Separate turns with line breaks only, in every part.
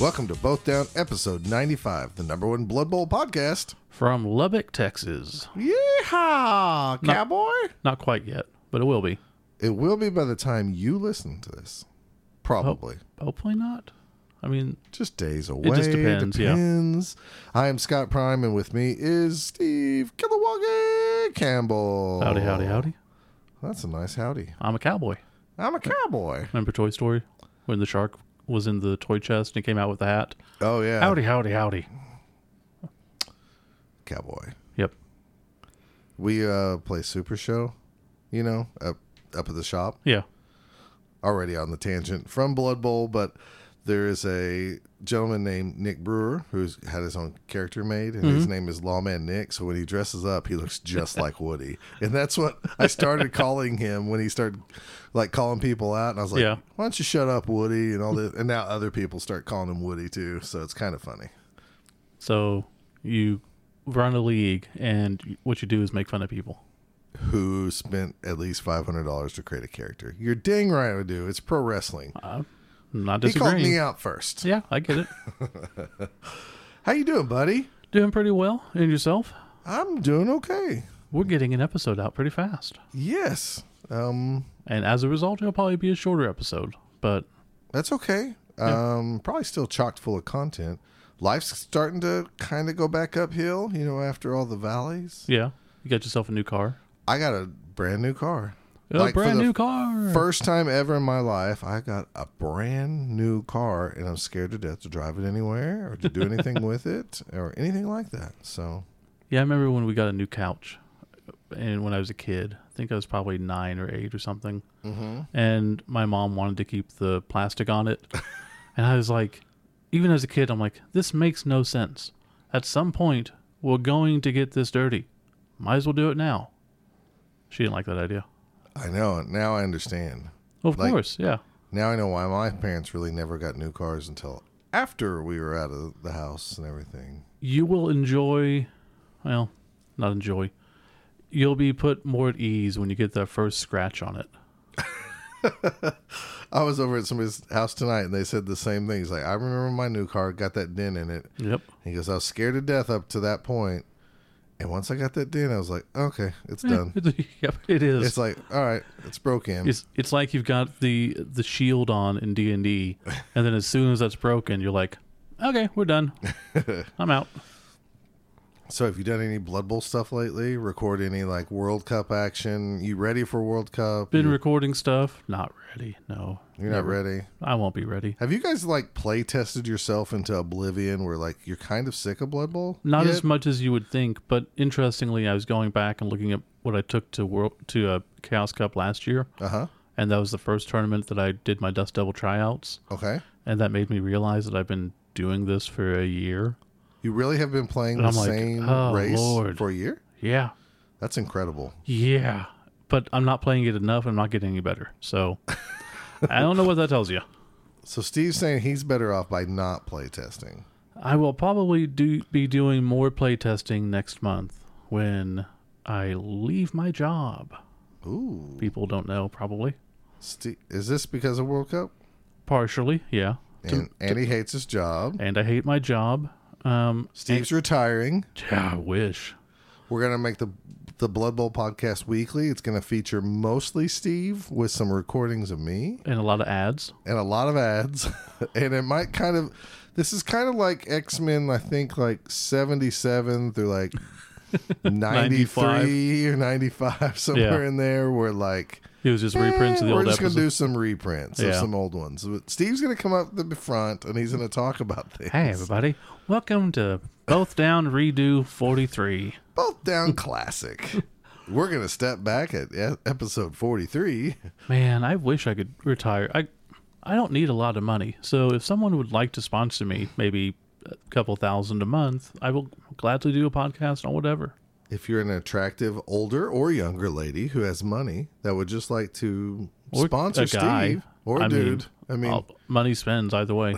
Welcome to Both Down, episode 95, the number one Blood Bowl podcast.
From Lubbock, Texas.
Yeehaw, cowboy!
Not quite yet, but it will be.
It will be by the time you listen to this. Probably.
Hopefully not. I mean,
Just days away.
Oh. just depends, yeah.
depends. I am Scott Prime, and with me is Steve Kilowoggy Campbell.
howdy, howdy, howdy.
That's a nice howdy.
I'm a cowboy.
I'm a cowboy.
Remember Toy Story when the shark was in the toy chest and he came out with the hat?
Oh, yeah.
Howdy, howdy, howdy.
Cowboy.
Yep.
We uh, play Super Show, you know, up, up at the shop.
Yeah.
already on the tangent from Blood Bowl, but there is a gentleman named Nick Brewer who's had his own character made, and
Mm-hmm.
his name is Lawman Nick. So when he dresses up, he looks just like Woody, and that's what I started calling him when he started like calling people out, and I was like,
Yeah.
"Why don't you shut up, Woody?" and all this, and now other people start calling him Woody too, so it's kind of funny.
So you run a league, and what you do is make fun of people.
Who spent at least five hundred dollars to create a character? You're dang right, I do. It's pro wrestling.
I'm not
he called
disagreeing.
me out first.
Yeah, I get it.
How you doing, buddy?
Doing pretty well. And yourself?
I'm doing okay.
We're getting an episode out pretty fast.
Yes. Um,
And as a result, it'll probably be a shorter episode. But
that's okay. Um, probably still chocked full of content. Life's starting to kind of go back uphill, you know, after all the valleys.
yeah, you got yourself a new car.
I got a brand new car.
A
Like, for
brand
the
new car.
First time ever in my life, I got a brand new car, and I'm scared to death to drive it anywhere or to do anything with it or anything like that. So,
Yeah, I remember when we got a new couch, uh, and when I was a kid, I think I was probably nine or eight or something, mm-hmm. and my mom wanted to keep the plastic on it, and I was like, even as a kid, I'm like, this makes no sense. At some point, we're going to get this dirty. Might as well do it now. She didn't like that idea.
I know now I understand.
Well, of
Like-
course, yeah,
Now I know why my parents really never got new cars until after we were out of the house and everything.
you will enjoy. Well, not enjoy. You'll be put more at ease when you get that first scratch on it.
I was over at somebody's house tonight and they said the same thing. He's like, I remember my new car, got that dent in it.
Yep.
He goes, I was scared to death up to that point, And once I got that dent, I was like, okay, it's
Mm.
done.
yep. It is.
it's like, all right, it's broken.
It's it's like you've got the the shield on in D and D, and then as soon as that's broken, you're like, okay, we're done. I'm out.
so have you done any Blood Bowl stuff lately? Record any like World Cup action? You ready for World Cup?
Been
You-
recording stuff. Not ready. No,
You're not ready.
I won't be ready.
Have you guys like play tested yourself into oblivion where like you're kind of sick of Blood Bowl?
Not
yet?
as much as you would think, but interestingly, I was going back and looking at what I took to world to uh, Chaos Cup last year,
Uh-huh.
and that was the first tournament that I did my Dust Devil tryouts,
Okay.
and that made me realize that I've been doing this for a year.
You really have been playing
And
the
I'm like,
same
oh,
race
Lord.
for a year?
Yeah,
That's incredible.
Yeah, but I'm not playing it enough. I'm not getting any better. So I don't know what that tells you.
So Steve's saying he's better off by not playtesting.
I will probably do be doing more playtesting next month when I leave my job.
Ooh,
People don't know probably.
Ste is this because of World Cup?
Partially, yeah.
And Andy hates his job.
And I hate my job. Um,
Steve's retiring.
yeah, I wish.
We're gonna make the the Blood Bowl podcast weekly. It's gonna feature mostly Steve with some recordings of me
And a lot of ads.
and a lot of ads. and it might kind of this is kind of like X Men. I think like seventy seven through like ninety
95.
three or ninety five somewhere
Yeah.
in there. Where like
It was just reprints of the
Eh,
old
We're just
episodes.
gonna do some reprints of
Yeah.
some old ones. But Steve's gonna come up the front and he's gonna talk about things.
hey everybody, welcome to Both Down Redo 43.
Both down classic. We're gonna step back at e- episode forty-three.
Man, I wish I could retire. I I don't need a lot of money. So if someone would like to sponsor me, maybe a couple thousand a month, I will gladly do a podcast on whatever.
If you're an attractive older or younger lady who has money that would just like to
Or
sponsor
a guy.
Steve or
I mean,
dude, I mean,
I'll- money spends either way.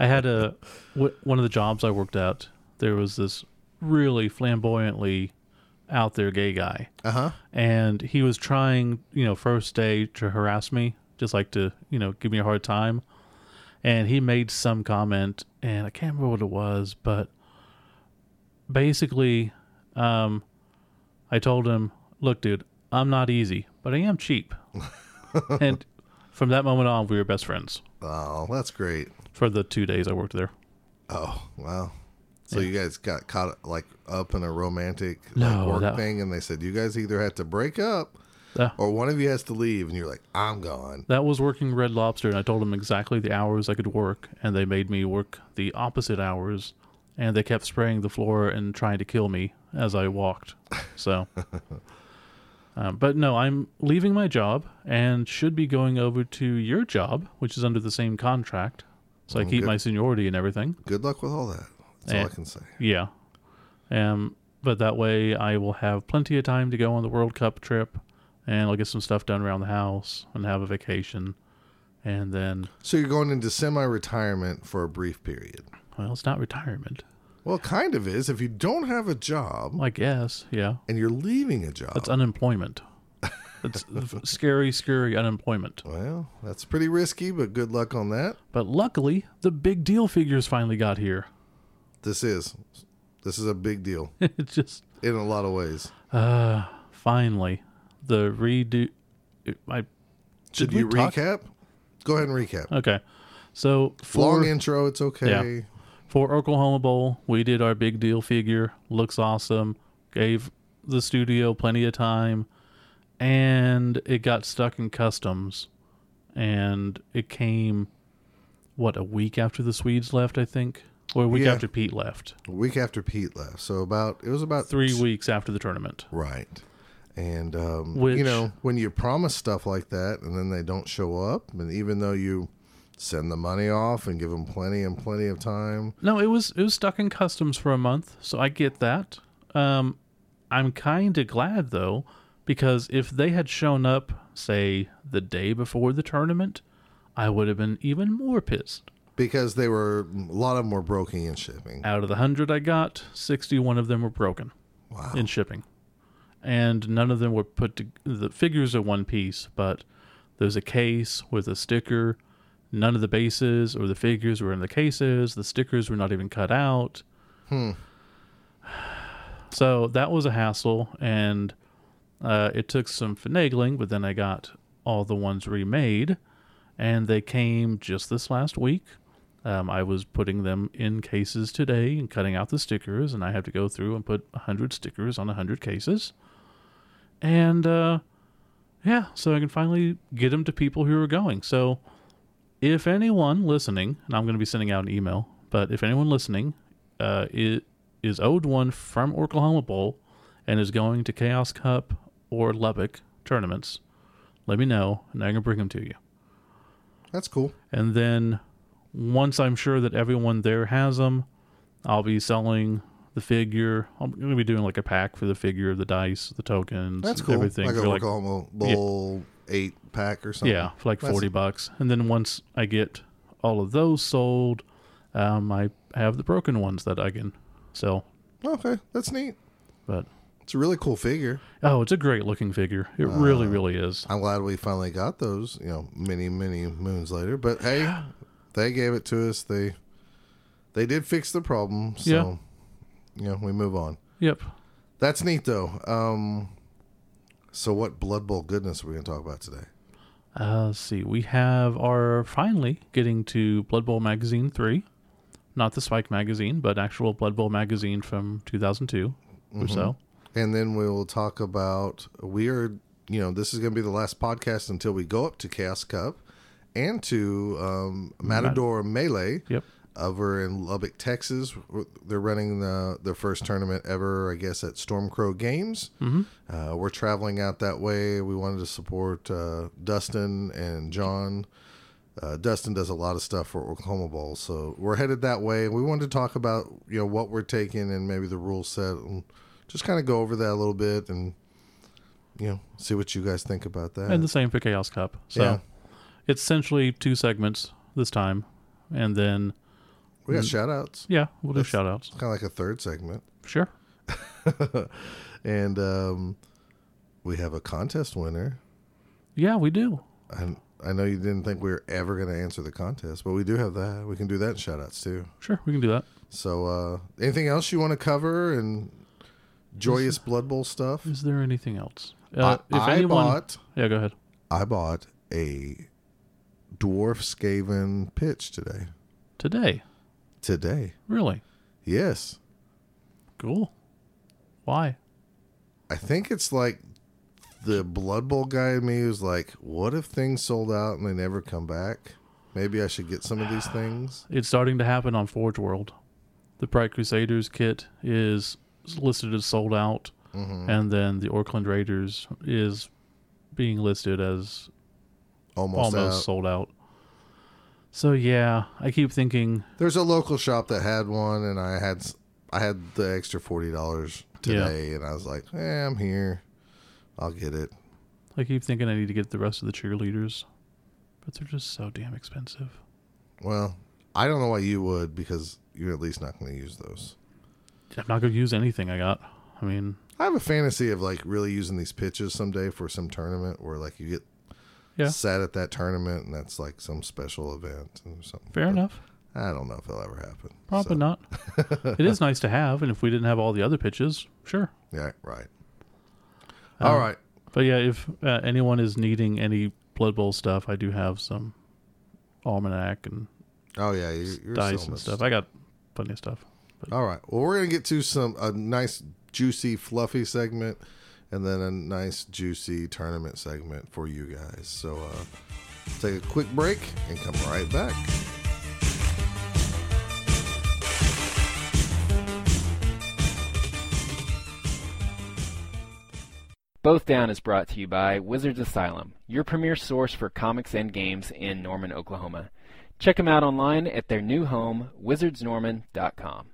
I had a w- one of the jobs I worked at. There was this really flamboyantly out there gay guy,
uh huh.
and he was trying, you know, first day to harass me, just like to, you know, give me a hard time. and he made some comment, and I can't remember what it was, but basically, um, I told him, "Look, dude, I'm not easy, but I am cheap," and from that moment on, we were best friends
Oh, that's great.
for the two days I worked there.
Oh, wow. So you guys got caught like up in a romantic
No,
like, work
that-
thing, and they said you guys either have to break up
Uh,
or one of you has to leave, and you're like, I'm gone.
That was working Red Lobster, and I told them exactly the hours I could work, and they made me work the opposite hours, and they kept spraying the floor and trying to kill me as I walked. So, um, but no, I'm leaving my job and should be going over to your job, which is under the same contract, so I keep
Okay.
my seniority and everything.
Good luck with all that. That's all
Yeah.
I can say.
Yeah, um, but that way I will have plenty of time to go on the World Cup trip, and I'll get some stuff done around the house and have a vacation, and then.
So you're going into semi-retirement for a brief period.
Well, it's not retirement.
Well, it kind of is. If you don't have a job
I guess, yeah.
and you're leaving a job,
It's unemployment. It's scary, scary unemployment.
well, that's pretty risky. But good luck on that.
But luckily, the big deal figures finally got here.
This is this is a big deal
it's just
in a lot of ways.
uh finally the redo I
Should
we
you
talk- Uh,
recap? Go ahead and recap.
okay. So for
Long intro. It's okay.
for Oklahoma Bowl, we did our big deal figure. Looks awesome. Gave the studio plenty of time. And it got stuck in customs. And it came, what, a week after the Swedes left, I think? Or a week
Yeah.
after Pete left.
A week after Pete left. So about it was about
Three weeks after the tournament.
Right. And um,
Which-
you know, when you promise stuff like that and then they don't show up, and even though you send the money off and give them plenty and plenty of time,
No, it was it was stuck in customs for a month, so I get that. Um, I'm kind of glad though, because if they had shown up, say the day before the tournament, I would have been even more pissed.
because they were a lot of them were broking and shipping.
Out of the hundred I got, sixty-one of them were broken
Wow.
in shipping, and none of them were put to the figures are one piece, but there's a case with a sticker. None of the bases or the figures were in the cases. The stickers were not even cut out. So that was a hassle, and uh, it took some finagling, but then I got all the ones remade, and they came just this last week. Um, I was putting them in cases today and cutting out the stickers, and I have to go through and put 100 stickers on 100 cases. And uh, yeah, so I can finally get them to people who are going. So if anyone listening, and I'm going to be sending out an email, but if anyone listening uh, i- is owed one from Oklahoma Bowl and is going to Chaos Cup or Lubbock tournaments, let me know, and I can bring them to you.
That's cool.
And then once I'm sure that everyone there has them, I'll be selling the figure. I'm going to be doing like a pack for the figure, the dice, the tokens,
That's
and
cool.
everything.
Like a
for like,
Oklahoma Bowl eight pack or something.
yeah, for like
That's-
40 bucks. And then once I get all of those sold, um, I have the broken ones that I can sell.
Okay. That's neat.
But
It's a really cool figure.
oh, it's a great looking figure. It
Uh.
really, really is.
I'm glad we finally got those, you know, many, many moons later. But hey, they gave it to us. They they did fix the problem. So you know, we move on.
Yep.
That's neat though. Um so what Blood Bowl goodness are we gonna talk about today?
Uh, let's see. We have our finally getting to Blood Bowl Magazine 3. Not the Spike magazine, but actual Blood Bowl magazine from 2002 or
Mm-hmm.
so.
And then we will talk about we are you know, this is gonna be the last podcast until we go up to Chaos Cup and to um, Matador Melee.
Yep.
over in Lubbock, Texas. They're running the their first tournament ever, I guess, at Stormcrow Games. Mm-hmm. Uh, we're traveling out that way. We wanted to support uh, Dustin and John. Uh, Dustin does a lot of stuff for Oklahoma Bowl, so we're headed that way. We wanted to talk about you know what we're taking and maybe the rule set, and just kind of go over that a little bit and you know see what you guys think about that.
And the same for Chaos Cup. So
Yeah.
it's essentially two segments this time. And then,
we
Mm.
got shout outs.
yeah, we'll do shout outs.
Kind of like a third segment.
Sure.
and um, we have a contest winner.
Yeah, we do.
And I know you didn't think we were ever going to answer the contest, but we do have that. We can do that in shout outs too.
Sure, we can do that.
So, uh, anything else you want to cover and joyous Blood Bowl stuff?
Is there anything else?
I,
Uh,
I bought
yeah, go ahead.
I bought a Dwarf Skaven pitch today.
Today,
Today.
really
Yes.
cool. Why?
I think it's like the Blood Bowl guy in me who's like, what if things sold out and they never come back? Maybe I should get some of these things.
It's starting to happen on Forge World. The Pride Crusaders kit is listed as sold out,
Mm-hmm. Hmm.
and then the Orkland Raiders is being listed as
Almost,
almost,
out.
sold out. So yeah, I keep thinking
There's a local shop that had one, and I had s- I had the extra forty dollars today, and I was like, eh, I'm here, I'll get it.
I keep thinking I need to get the rest of the cheerleaders, but they're just so damn expensive.
Well, I don't know why you would because you're at least not going to use those.
I'm not gonna use anything I got. I mean,
I have a fantasy of like really using these pitches someday for some tournament where like you get
Yeah.
set at that tournament, and that's like some special event or something.
fair
But
enough.
I don't know if it'll ever happen.
Probably
So,
not. it is nice to have, and if we didn't have all the other pitches, sure.
Yeah, right.
Um,
All right.
But yeah, if uh, anyone is needing any Blood Bowl stuff, I do have some almanac and
Oh yeah, you're, you're
dice
selling
and
this.
stuff. I got plenty of stuff. But
All right. Well, we're gonna get to some a nice juicy fluffy segment, and then a nice juicy tournament segment for you guys. So uh, take a quick break and come right back.
Both Down is brought to you by Wizards Asylum, your premier source for comics and games in Norman, Oklahoma. Check them out online at their new home, wizardsnorman.com.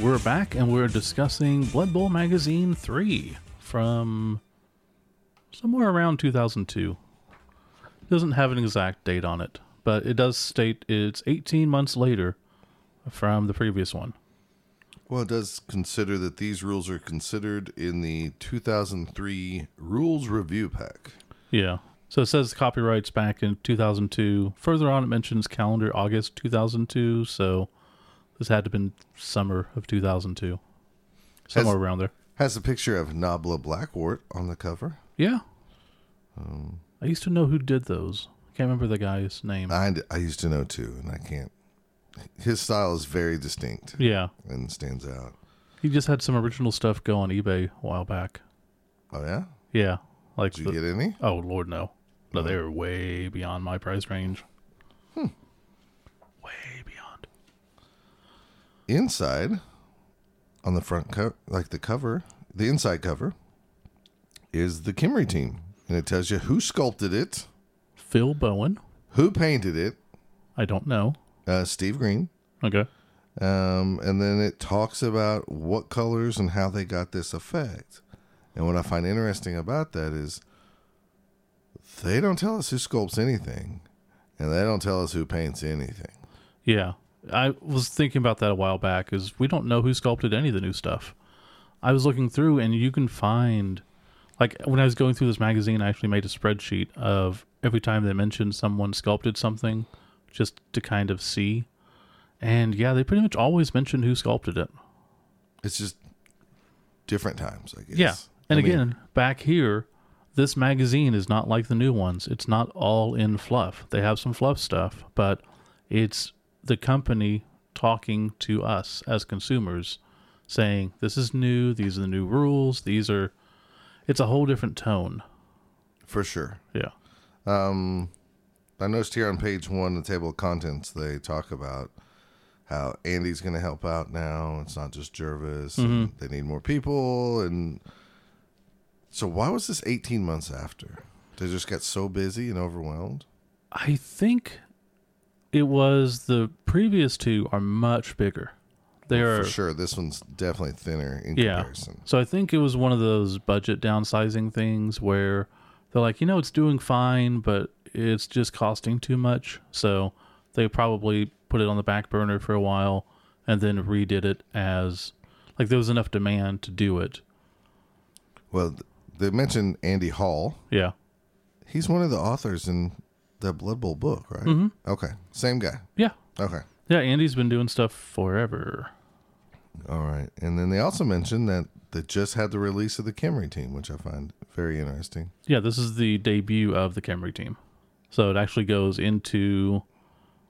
we're back and we're discussing Blood Bowl Magazine 3 from somewhere around 2002. Doesn't have an exact date on it, but it does state it's 18 months later from the previous one.
Well, it does consider that these rules are considered in the 2003 Rules Review Pack.
Yeah. So it says copyrights back in 2002. Further on, it mentions calendar August 2002. So this had to have been summer of 2002, somewhere
Has-
around there.
Has a picture of Nabla Blackwort on the cover.
Yeah. I used to know who did those. I can't remember the guy's name.
Um. I, I used to know too, and I can't. His style is very distinct
yeah.
and stands out.
He just had some original stuff go on eBay a while back.
Oh yeah,
Yeah. Like,
did
the-
you get any?
oh, Lord, no. No, they were way beyond my price range.
Hmm.
Way beyond.
inside on the front cover, like the cover, the inside cover is the Kimry team. And it tells you who sculpted it,
Phil Bowen.
who painted it,
I don't know.
uh, Steve Green.
Okay.
Um, and then it talks about what colors and how they got this effect. And what I find interesting about that is they don't tell us who sculpts anything, and they don't tell us who paints anything.
Yeah. I was thinking about that a while back is we don't know who sculpted any of the new stuff. I was looking through and you can find like when I was going through this magazine I actually made a spreadsheet of every time they mentioned someone sculpted something just to kind of see. And yeah, they pretty much always mentioned who sculpted it.
It's just different times, I guess.
Yeah. And
I mean,
again, back here, this magazine is not like the new ones. It's not all in fluff. They have some fluff stuff, but it's the company talking to us as consumers saying, this is new. These are the new rules. These are, it's a whole different tone.
for sure.
Yeah.
I noticed here on page one, the table of contents, they talk about how Andy's going to help out now. It's not just Jervis. and They need more people. And so, why was this 18 months after? They just got so busy and overwhelmed.
I think it was the previous two are much bigger. They are
Oh, For sure. This one's definitely thinner in
Yeah.
comparison.
So I think it was one of those budget downsizing things where they're like, you know, it's doing fine, but it's just costing too much. So they probably put it on the back burner for a while, and then redid it as like there was enough demand to do it.
Well, they mentioned Andy Hall.
Yeah.
He's one of the authors in the Blood Bowl book, right? Okay, same guy.
Yeah.
Okay,
Yeah, Andy's been doing stuff forever.
all right. And then they also mentioned that they just had the release of the Camry team, which I find very interesting.
Yeah, this is the debut of the Camry team. So it actually goes into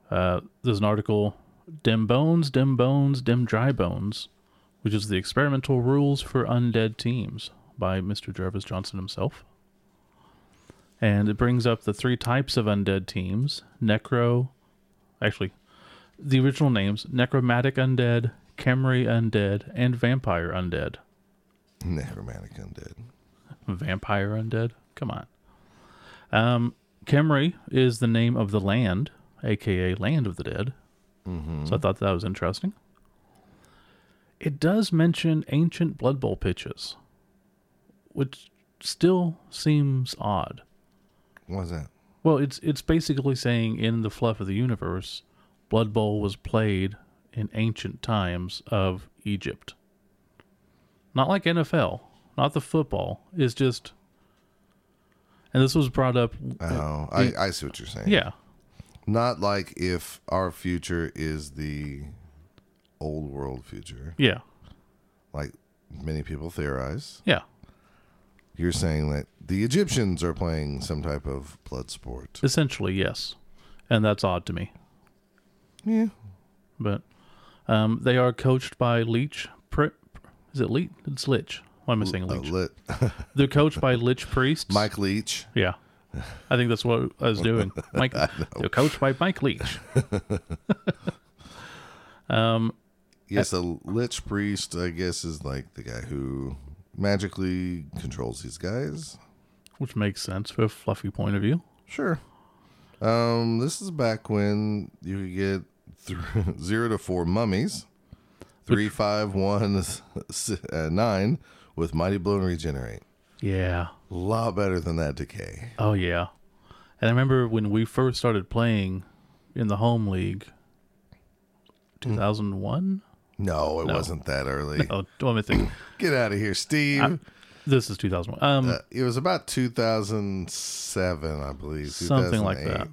uh, there's an article Dim Bones, Dim Bones, Dim Dry Bones, which is the experimental rules for undead teams by Mr. Jarvis Johnson himself. And it brings up the three types of undead teams Necro, actually, the original names Necromantic Undead, Camry Undead, and Vampire Undead.
Necromantic undead.
Vampire Undead? Come on. Um, Kemri is the name of the land, aka Land of the Dead. So I thought that was interesting. It does mention ancient Blood Bowl pitches, which still seems odd.
What's that?
Well, it's it's basically saying in the fluff of the universe, Blood Bowl was played in ancient times of Egypt. Not like NFL, not the football. It's just, and this was brought up.
Oh, I, I see what you're saying.
Uh, Yeah,
Not like if our future is the old world future,
yeah,
like many people theorize.
yeah.
You're saying that the Egyptians are playing some type of blood sport.
Essentially, yes, and that's odd to me.
Yeah.
But um, they are coached by Leach. Pri- is it Leach? It's Lich. Why am I saying
Oh,
Leach?
lit.
They're coached by Lich priests.
Mike Leach.
Yeah. I think that's what I was doing. Mike, they're coached by Mike Leach.
Yes,
Uh,
a lich priest, I guess, is like the guy who magically controls these guys.
which makes sense for a fluffy point of view.
Sure. Um, this is back when you could get th- zero to four mummies, three, five, one, s- uh, nine with mighty blow and regenerate.
Yeah.
A lot better than that decay.
Oh yeah. And I remember when we first started playing in the home league, two thousand one.
No, it wasn't that early.
Oh, let me think.
Get out of here, Steve.
this is two thousand one. Um,
Uh, it was about 2007, I believe.
something like
2008.
that.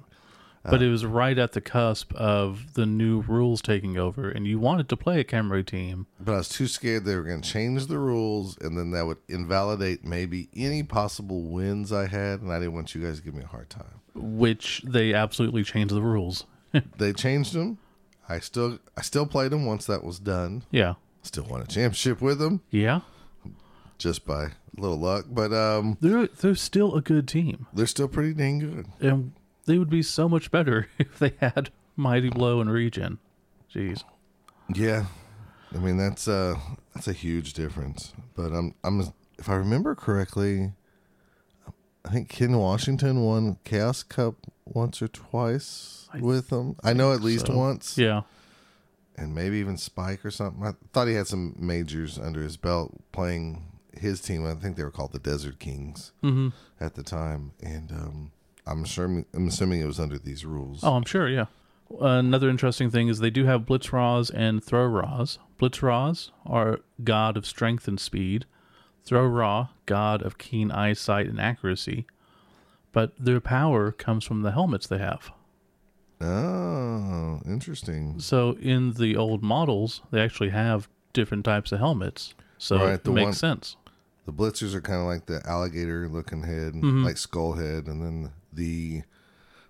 But it was right at the cusp of the new rules taking over, and you wanted to play a Camry team.
But I was too scared they were going to change the rules, and then that would invalidate maybe any possible wins I had, and I didn't want you guys to give me a hard time.
which they absolutely changed the rules.
They changed them. I still, I still played them once that was done.
yeah.
Still won a championship with them
Yeah.
just by a little luck, but um,
They're they're still a good team.
they're still pretty dang good.
And they would be so much better if they had Mighty Blow and Regen. Jeez.
Yeah, I mean that's uh that's a huge difference. But I'm I'm if I remember correctly, I think Ken Washington won Chaos Cup once or twice
I
with them. I know at least
so.
once,
Yeah.
and maybe even Spike or something. I thought he had some majors under his belt playing his team. I think they were called the Desert Kings
Mm-hmm.
at the time, and um, I'm sure I'm assuming it was under these rules.
Oh, I'm sure, yeah. Another interesting thing is they do have Blitz Raws and Throw Raws. Blitz Raws are god of strength and speed. Throw Raw, god of keen eyesight and accuracy. But their power comes from the helmets they have.
oh interesting.
So in the old models, they actually have different types of helmets. So
Right,
it
the
makes
one-
sense.
The blitzers are kind of like the alligator looking head,
Mm-hmm.
like skull head, and then the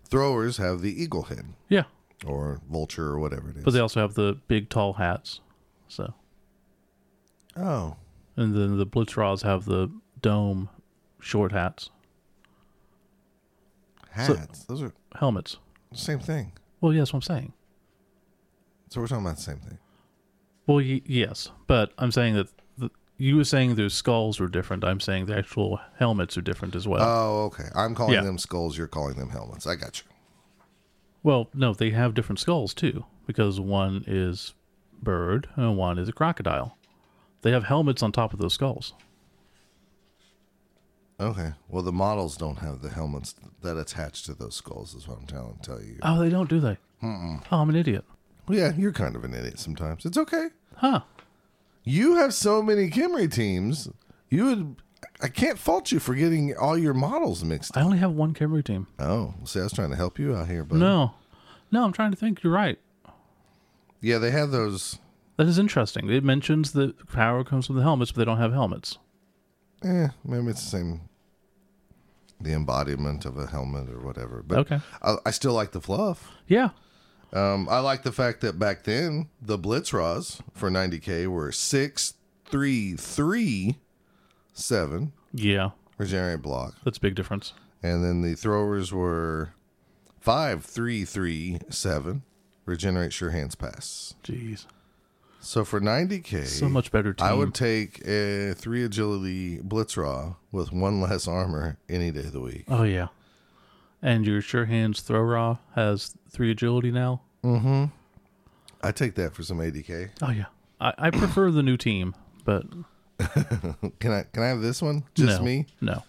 throwers have the eagle head
Yeah.
or vulture or whatever it is.
But they also have the big tall hats. So
oh,
and then the Blitzraws have the dome short hats.
hats. Those are
Helmets.
the same thing.
Well, yes, what I'm saying.
So we're talking about the same thing.
Well, y- yes, but I'm saying that the, you were saying their skulls were different. I'm saying the actual helmets are different as well.
Oh, okay. I'm calling
Yeah.
them skulls. You're calling them helmets. I got you.
well, no, they have different skulls too because one is bird and one is a crocodile. They have helmets on top of those skulls.
Okay. Well, the models don't have the helmets that attach to those skulls. Is what I'm telling tell you.
Oh, they don't, do they? Oh, I'm an idiot.
Well, yeah, you're kind of an idiot sometimes. It's okay.
Huh.
You have so many Kimry teams. You would. I can't fault you for getting all your models mixed.
I only have one Camry team.
Oh, see, I was trying to help you out here, but
No. No, I'm trying to think. You're right.
yeah, they have those.
That is interesting. It mentions that power comes from the helmets, but they don't have helmets.
Eh, maybe it's the same. The embodiment of a helmet or whatever, but
Okay.
I, I still like the fluff.
Yeah.
Um, I like the fact that back then the blitz raws for 90k were six, three, three, seven
Yeah.
regenerate block,
That's a big difference.
and then the throwers were five, three, three, seven regenerate sure hands pass.
Jeez.
So for 90k,
So much better team.
I would take a three agility blitz raw with one less armor any day of the week.
Oh yeah. And your sure hands throw raw has three agility now.
I take that for some 80k.
Oh yeah. I, I prefer the new team, but
Can I can I have this one? Just
no,
me?
No.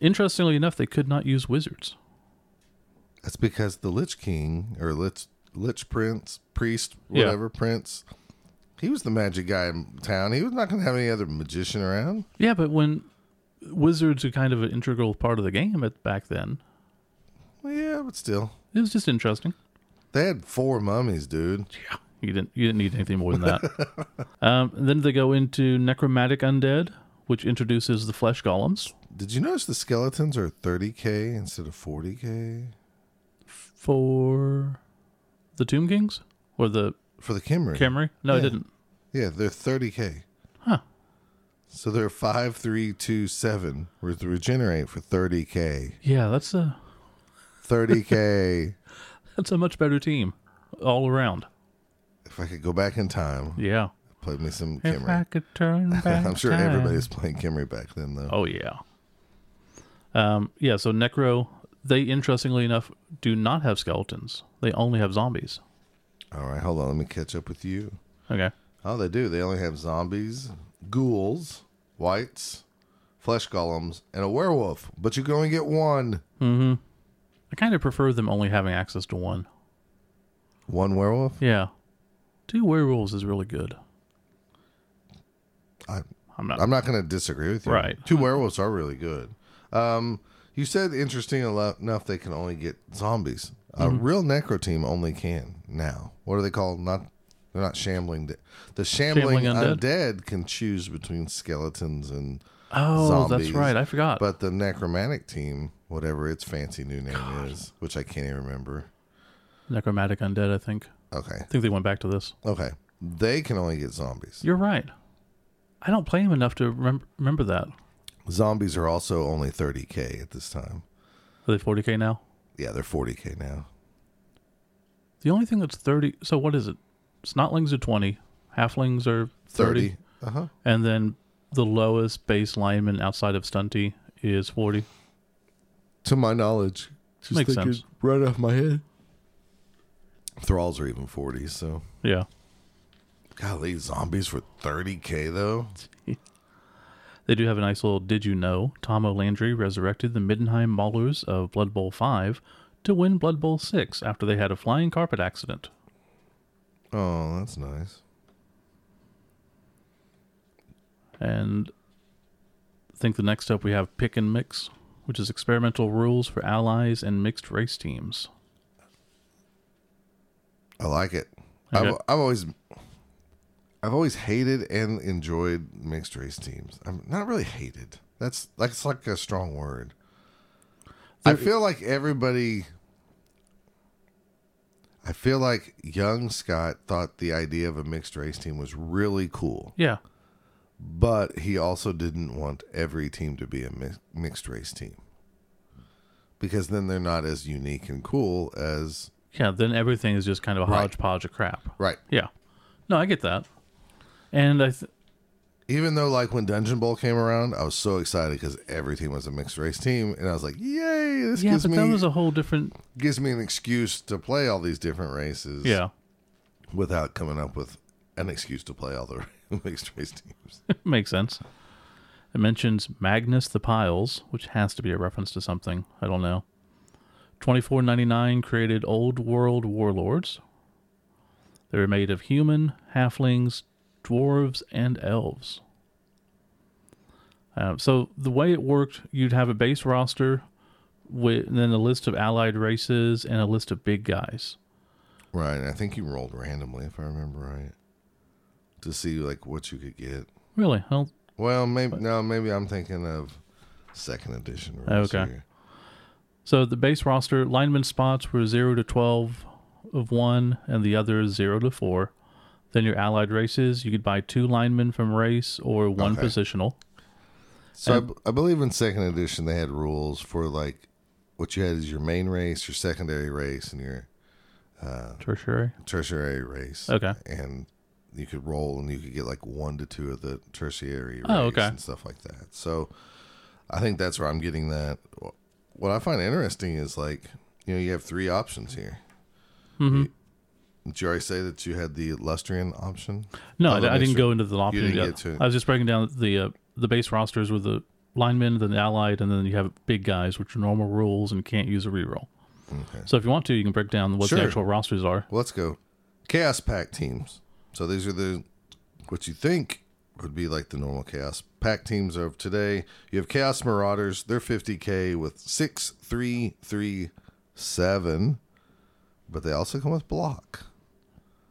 Interestingly enough, they could not use wizards.
That's because the Lich King or Lich Lich Prince, priest,
Yeah.
whatever prince, he was the magic guy in town. He was not going to have any other magician around.
Yeah, but when wizards are kind of an integral part of the game at back then,
Well, yeah, but still,
it was just interesting.
they had four mummies, dude.
Yeah. You didn't you didn't need anything more than that. um, then they go into necromantic undead, which introduces the flesh golems.
Did you notice the skeletons are 30k instead of 40k
for the Tomb Kings or the
for the Kimmerer?
Camry? No, I
Yeah.
didn't.
yeah, they're 30k.
Huh.
So they're five, three, two, seven. Re- regenerate for 30k.
Yeah, that's a
30k.
that's a much better team all around.
if I could go back in time,
Yeah.
play me some
If I
Kimmerer.
could turn back
I'm sure
time.
everybody's playing Kimmerer back then, though.
Oh yeah. Um, yeah. So Necro, they interestingly enough do not have skeletons. They only have zombies.
All right, hold on. Let me catch up with you.
Okay.
Oh, they do. They only have zombies, ghouls, whites, flesh golems, and a werewolf. But you can only get one.
I kind of prefer them only having access to one.
One werewolf?
Yeah. Two werewolves is really good.
I,
I'm not.
I'm not going to disagree with you.
Right.
Two werewolves are really good. Um, you said, interesting elo- enough, they can only get zombies. A
Mm-hmm.
real necro team only can now. What are they called? Not. They're not shambling. De- the shambling,
Shambling undead?
undead? can choose between skeletons and
oh,
zombies,
that's right. I forgot.
But the necromantic team, whatever its fancy new name is, which I can't even remember.
Necromantic undead. I think.
Okay.
I think they went back to this.
Okay. They can only get zombies.
You're right. I don't play him enough to remember, remember that.
Zombies are also only 30K at this time.
Are they 40k now?
Yeah, they're 40K now.
The only thing that's 30. So what is it? Snotlings are 20. Halflings are 30.
30. Uh huh.
And then the lowest base lineman outside of Stunty is 40.
To my knowledge, just
Makes
thinking
sense.
right off my head. Thralls are even 40, so.
Yeah.
Golly, zombies for 30K though?
They do have a nice little did you know? Tom O'Landry resurrected the Middenheim Maulers of Blood Bowl 5 to win Blood Bowl 6 after they had a flying carpet accident.
Oh, that's nice.
And I think the next up we have Pick and Mix, which is experimental rules for allies and mixed race teams.
I like it.
Okay.
I've, I've always, I've always hated and enjoyed mixed race teams. I'm not really hated. That's like it's like a strong word. I feel like everybody. I feel like young Scott thought the idea of a mixed race team was really cool,
Yeah.
but he also didn't want every team to be a mi- mixed race team because then they're not as unique and cool as
Yeah, then everything is just kind of a hodgepodge of crap.
right.
Yeah. No, I get that. And I th-
even though like when Dungeon Bowl came around, I was so excited because every team was a mixed race team, and I was like, "Yay! This
yeah,
gives
but
me
that was a whole different
gives me an excuse to play all these different races,
yeah
without coming up with an excuse to play all the mixed race teams."
makes sense. It mentions Magnus the Piles, which has to be a reference to something. I don't know. Twenty four ninety nine created old world warlords. They were made of human, halflings, dwarves, and elves. Um, so the way it worked, you'd have a base roster, with and then a list of allied races and a list of big guys.
Right. and I think you rolled randomly, if I remember right, to see like what you could get.
Really? Well,
Well, maybe no, maybe I'm thinking of second edition. rules
Okay.
here.
so the base roster lineman spots were zero to twelve of one, and the other is zero to four. Then your allied races, you could buy two linemen from race or one
Okay.
positional.
So I b- I, believe in second edition they had rules for like what you had is your main race, your secondary race, and your Oh.
Tertiary.
tertiary race.
Okay.
And you could roll and you could get like one to two of the tertiary race
Oh, okay.
and stuff like that. So I think that's where I'm getting that. What I find interesting is like, you know, you have three options here.
Mhm.
You- did you already say that you had the Illustrian option?
No,
Oh,
I,
that
I
makes
didn't
sense.
go into the option
didn't
yet.
get to it.
I was just breaking down the uh, the base rosters with the linemen, then the allied, and then you have big guys, which are normal rules and you can't use a reroll.
Okay.
So if you want to, you can break down what
Sure.
the actual rosters are.
Well, let's go. Chaos Pack teams. So these are the what you think would be like the normal Chaos Pack teams of today. You have Chaos Marauders. They're 50k with six, three, three, seven, but they also come with block.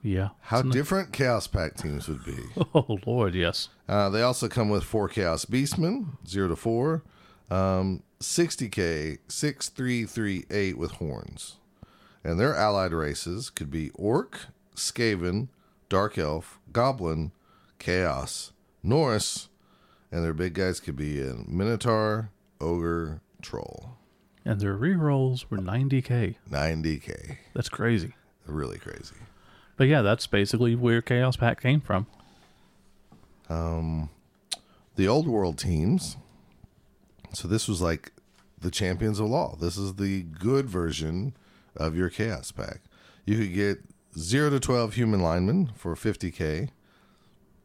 Yeah.
How different Chaos Pack teams would be.
Oh Lord, yes.
Uh, they also come with four Chaos Beastmen, zero to four, um, 60k, six, three, three, eight with horns. And their allied races could be Orc, Skaven, Dark Elf, Goblin, Chaos, Norse, and their big guys could be a Minotaur, Ogre, Troll.
And their rerolls were 90k.
90k.
That's crazy.
Really crazy.
But yeah, that's basically where Chaos Pack came from.
the old world teams. So this was like the champions of law. This is the good version of your chaos pack. You could get zero to twelve human linemen for fifty k.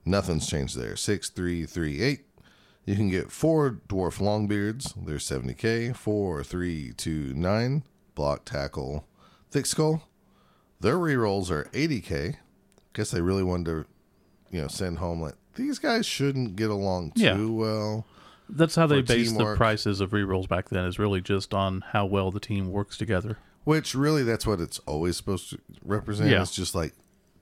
Nothing's changed there. Six three three eight. You can get four dwarf longbeards. They're seventy k. Four three two nine block tackle thick skull. Their rerolls are eighty k. Guess they really wanted to you know, send home like these guys shouldn't get along too
Yeah.
well.
That's how they
For
based
teamwork.
the prices of rerolls back then is really just on how well the team works together.
Which really, that's what it's always supposed to represent.
Yeah.
It's just like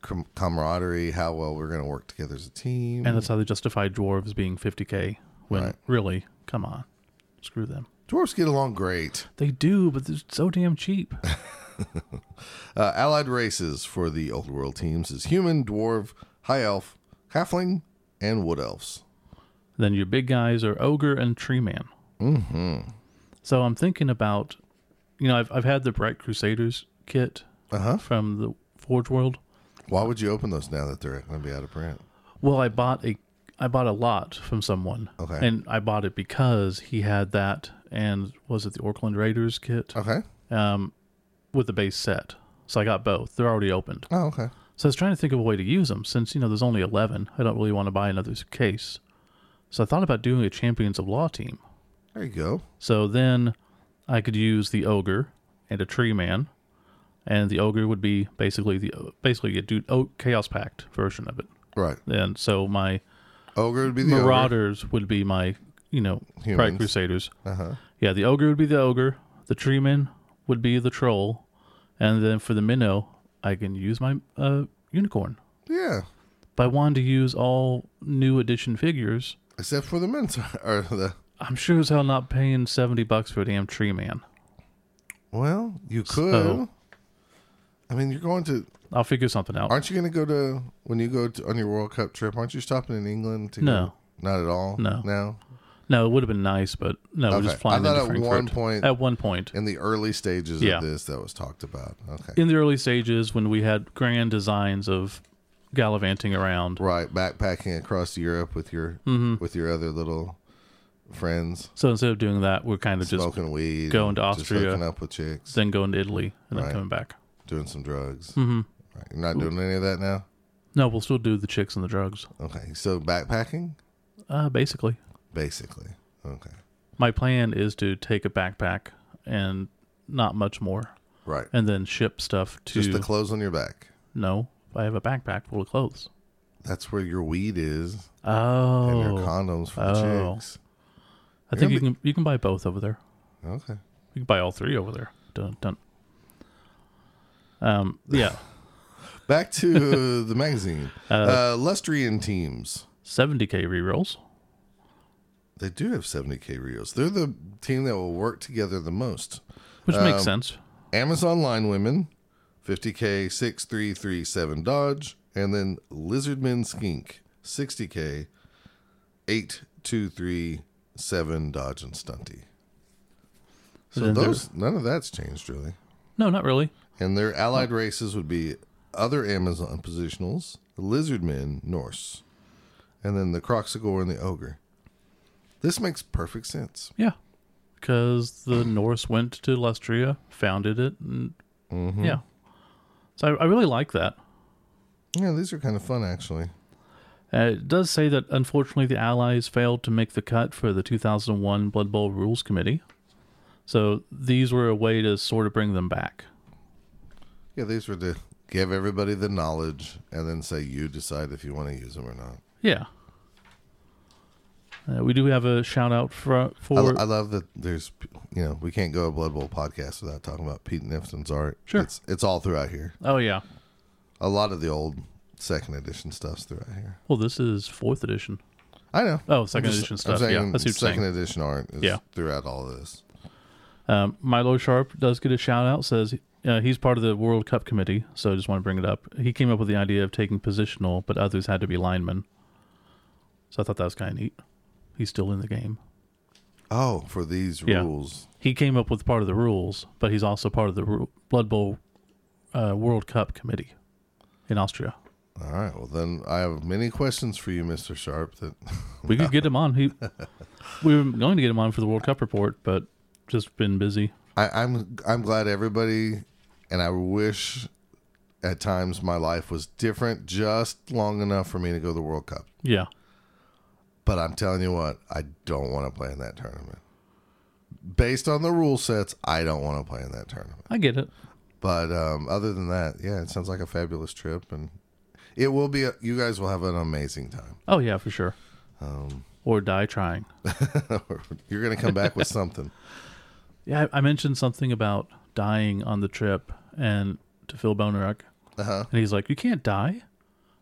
com- camaraderie, how well we're going to work together as a team.
And that's how they justify dwarves being 50k when
Mm. Right.
really, come on. Screw them.
Dwarves get along great.
They do, but they're so damn cheap.
Uh, allied races for the old world teams is human, dwarf, high elf, halfling, and wood elves.
then your big guys are ogre and tree man. Mm-hmm. So I'm thinking about, you know, I've I've had the Bright Crusaders kit
Uh-huh.
from the Forge World.
Why would you open those now that they're going to be out of print?
Well, I bought a I bought a lot from someone.
Okay.
And I bought it because he had that and was it the Orkland Raiders kit
Okay.
um with the base set. So I got both. They're already opened.
Oh, okay.
So I was trying to think of a way to use them since, you know, there's only 11. I don't really want to buy another case. So I thought about doing a Champions of Law team.
There you go.
So then I could use the ogre and a tree man, and the ogre would be basically the basically a dude oh, chaos pact version of it.
Right.
And so my
Ogre would be the Marauder.
marauders would be my you know
Humans.
pride crusaders.
Uh-huh.
Yeah, the ogre would be the ogre, the tree man would be the troll, and then for the minnow I can use my uh, unicorn.
Yeah.
But I wanted to use all new edition figures.
Except for the mentor or the
I'm sure as hell not paying seventy bucks for a damn tree man.
Well, you could.
So-
I mean, you're going to.
I'll figure something out.
Aren't you going to go to when you go to, on your World Cup trip? Aren't you stopping in England? To
No.
go- not at all.
No.
no.
No, it would have been nice, but no, we're
Okay.
just
I
flying
thought
into
at
Frankfurt.
one point-
At one point.
In the early stages
Yeah.
of this, that was talked about. Okay,
In the early stages when we had grand designs of gallivanting around.
right. Backpacking across Europe with your
Mm-hmm.
with your other little friends,
So instead of doing that, we're kind of just
smoking weed,
going to
just
Austria.
hooking up with chicks,
then going to Italy and then
Right.
coming back.
doing some drugs. Mm-hmm. Right. You're not doing any of that now.
No, we'll still do the chicks and the drugs.
Okay, so backpacking,
Uh, basically.
basically. Okay,
My plan is to take a backpack and not much more
right.
and then ship stuff to
Just the clothes on your back.
no I have a backpack full of clothes.
That's where your weed is
Oh,
and your condoms for the
Oh.
chicks.
I think
Yeah,
you can you can buy both over there.
Okay.
You can buy all three over there. Dun dun. Um. Yeah.
Back to the magazine. Uh, Lustrian teams.
Seventy k rerolls.
They do have 70K Rios. They're the team that will work together the most.
Which makes
Um,
sense.
Amazon Line Women, 50K 6337 Dodge, and then Lizardman Skink, 60K 8237 Dodge and Stunty. So
Then there-
those none of that's changed really.
No, not really.
And their allied races would be other Amazon positionals, the Lizardmen, Norse, and then the Croxagore and the Ogre. This makes perfect sense.
Yeah, because the Norse went to Lustria, founded it, and
Mm-hmm.
yeah. So I, I really like that.
Yeah, these are kind of fun actually.
Uh, it does say that unfortunately the Allies failed to make the cut for the 2001 Blood Bowl Rules Committee. So these were a way to sort of bring them back.
Yeah, these were to give everybody the knowledge and then say you decide if you want to use them or not.
Yeah. Uh, we do have a shout out for,
I,
for
I love that there's, you know, we can't go a Blood Bowl podcast without talking about Pete Nifson's art.
Sure.
It's, it's all throughout here.
oh yeah.
A lot of the old second edition stuff's throughout here.
Well, this is fourth edition.
I know.
Oh,
I'm
second
just-
edition
I'm
stuff. Yeah,
saying
that's what you're
second
saying.
edition art is
Yeah.
throughout all of this.
Um, Milo Sharp does get a shout out. Says uh, he's part of the World Cup committee, so I just want to bring it up. He came up with the idea of taking positional, but others had to be linemen. So I thought that was kind of neat. He's still in the game.
Oh, for these
Yeah.
rules.
He came up with part of the rules, but he's also part of the Ru- Blood Bowl uh, World Cup committee in Austria.
All right. Well, then I have many questions for you, Mr. Sharp. That
We could get him on. He, we were going to get him on for the World Cup report, but just been busy.
I, I'm I'm glad everybody, and I wish at times my life was different, just long enough for me to go to the World Cup.
Yeah,
But I'm telling you what, I don't want to play in that tournament. Based on the rule sets, I don't want to play in that tournament.
I get it.
But um, other than that, yeah, it sounds like a fabulous trip, and it will be. A, you guys will have an amazing time.
Oh yeah, for sure. or die trying.
You're going to come back with something.
Yeah, I I mentioned something about dying on the trip and to Phil Boneruck.
Uh-huh.
And he's like, You can't die.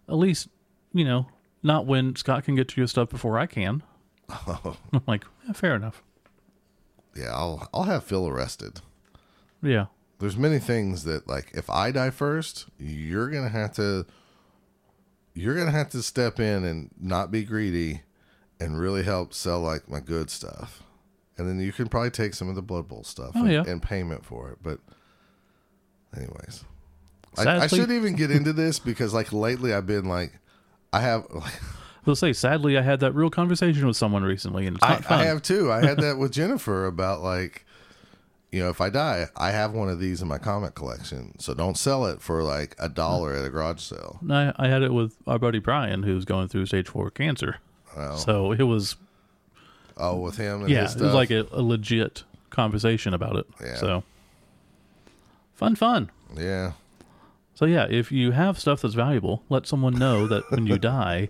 At least, you know, not when Scott can get to your stuff before I can.
Oh.
I'm like, "Yeah, Fair enough.
Yeah, I'll I'll have Phil arrested.
Yeah.
there's many things that like if I die first, you're gonna have to you're gonna have to step in and not be greedy and really help sell like my good stuff. And then you can probably take some of the Blood Bowl stuff
Oh,
and,
yeah.
and payment for it. But anyways. I, I
Sadly-
should even get into this because like lately I've been like I have like,
They'll say, Sadly, I had that real conversation with someone recently and it's
I,
not fun.
I have too. I had that with Jennifer about like, you know, if I die, I have one of these in my comic collection, so don't sell it for like a dollar at a garage sale.
And I, I had it with our buddy Brian, who's going through stage four cancer. So it was,
Oh, with him, and
yeah,
his
it
stuff.
was like a, a legit conversation about it.
Yeah.
So fun, fun.
yeah,
So yeah, if you have stuff that's valuable, let someone know that when you die,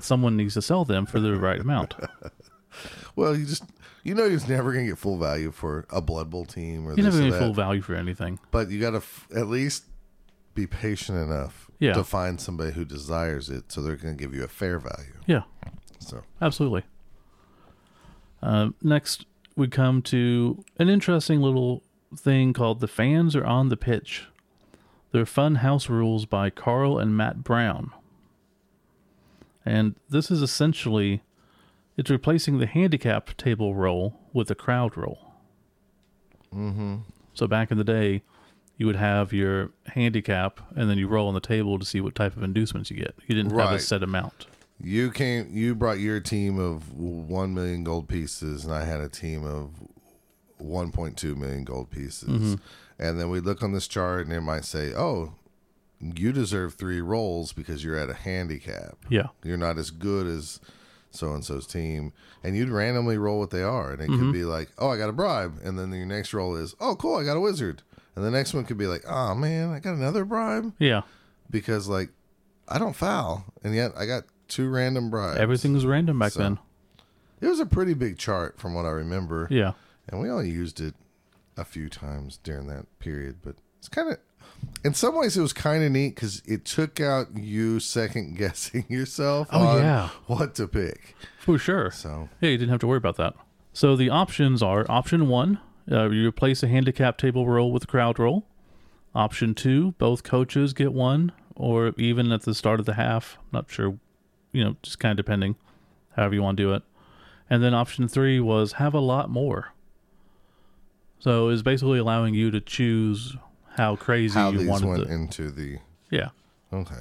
someone needs to sell them for the right amount.
Well, you just you know, he's never gonna get full value for a Blood Bowl team or
You
this
never
or
get
that.
full value for anything.
but you gotta f- at least be patient enough
Yeah.
to find somebody who desires it, so they're gonna give you a fair value.
Yeah,
So
absolutely. Um, next, we come to an interesting little thing called "The Fans Are on the Pitch." They're fun house rules by Carl and Matt Brown, and this is essentially it's replacing the handicap table roll with a crowd roll. So back in the day, you would have your handicap, and then you roll on the table to see what type of inducements you get. You didn't have a
Right.
set amount.
you came, you brought your team of one million gold pieces, and I had a team of 1.2 million gold pieces. And then we look on this chart and it might say, oh, you deserve three rolls because you're at a handicap.
Yeah.
You're not as good as so and so's team. And you'd randomly roll what they are. And it could be like, oh, I got a bribe. And then your next roll is, oh, cool, I got a wizard. And the next one could be like, oh, man, I got another bribe
Yeah.
because like I don't foul, and yet I got two random bribes.
Everything was random back
So-
then.
It was a pretty big chart from what I remember.
Yeah.
And we only used it a few times during that period, but it's kind of, in some ways, it was kind of neat because it took out you second guessing yourself
Oh,
on
yeah.
what to pick.
For sure.
So,
Yeah, you didn't have to worry about that. So the options are option one, uh, you replace a handicap table roll with a crowd roll. Option two, both coaches get one, or even at the start of the half. Not sure, you know, just kind of depending, however you want to do it. And then option three was have a lot more. So it's basically allowing you to choose how crazy
how
you
these
wanted
went
to.
into the.
Yeah
Okay.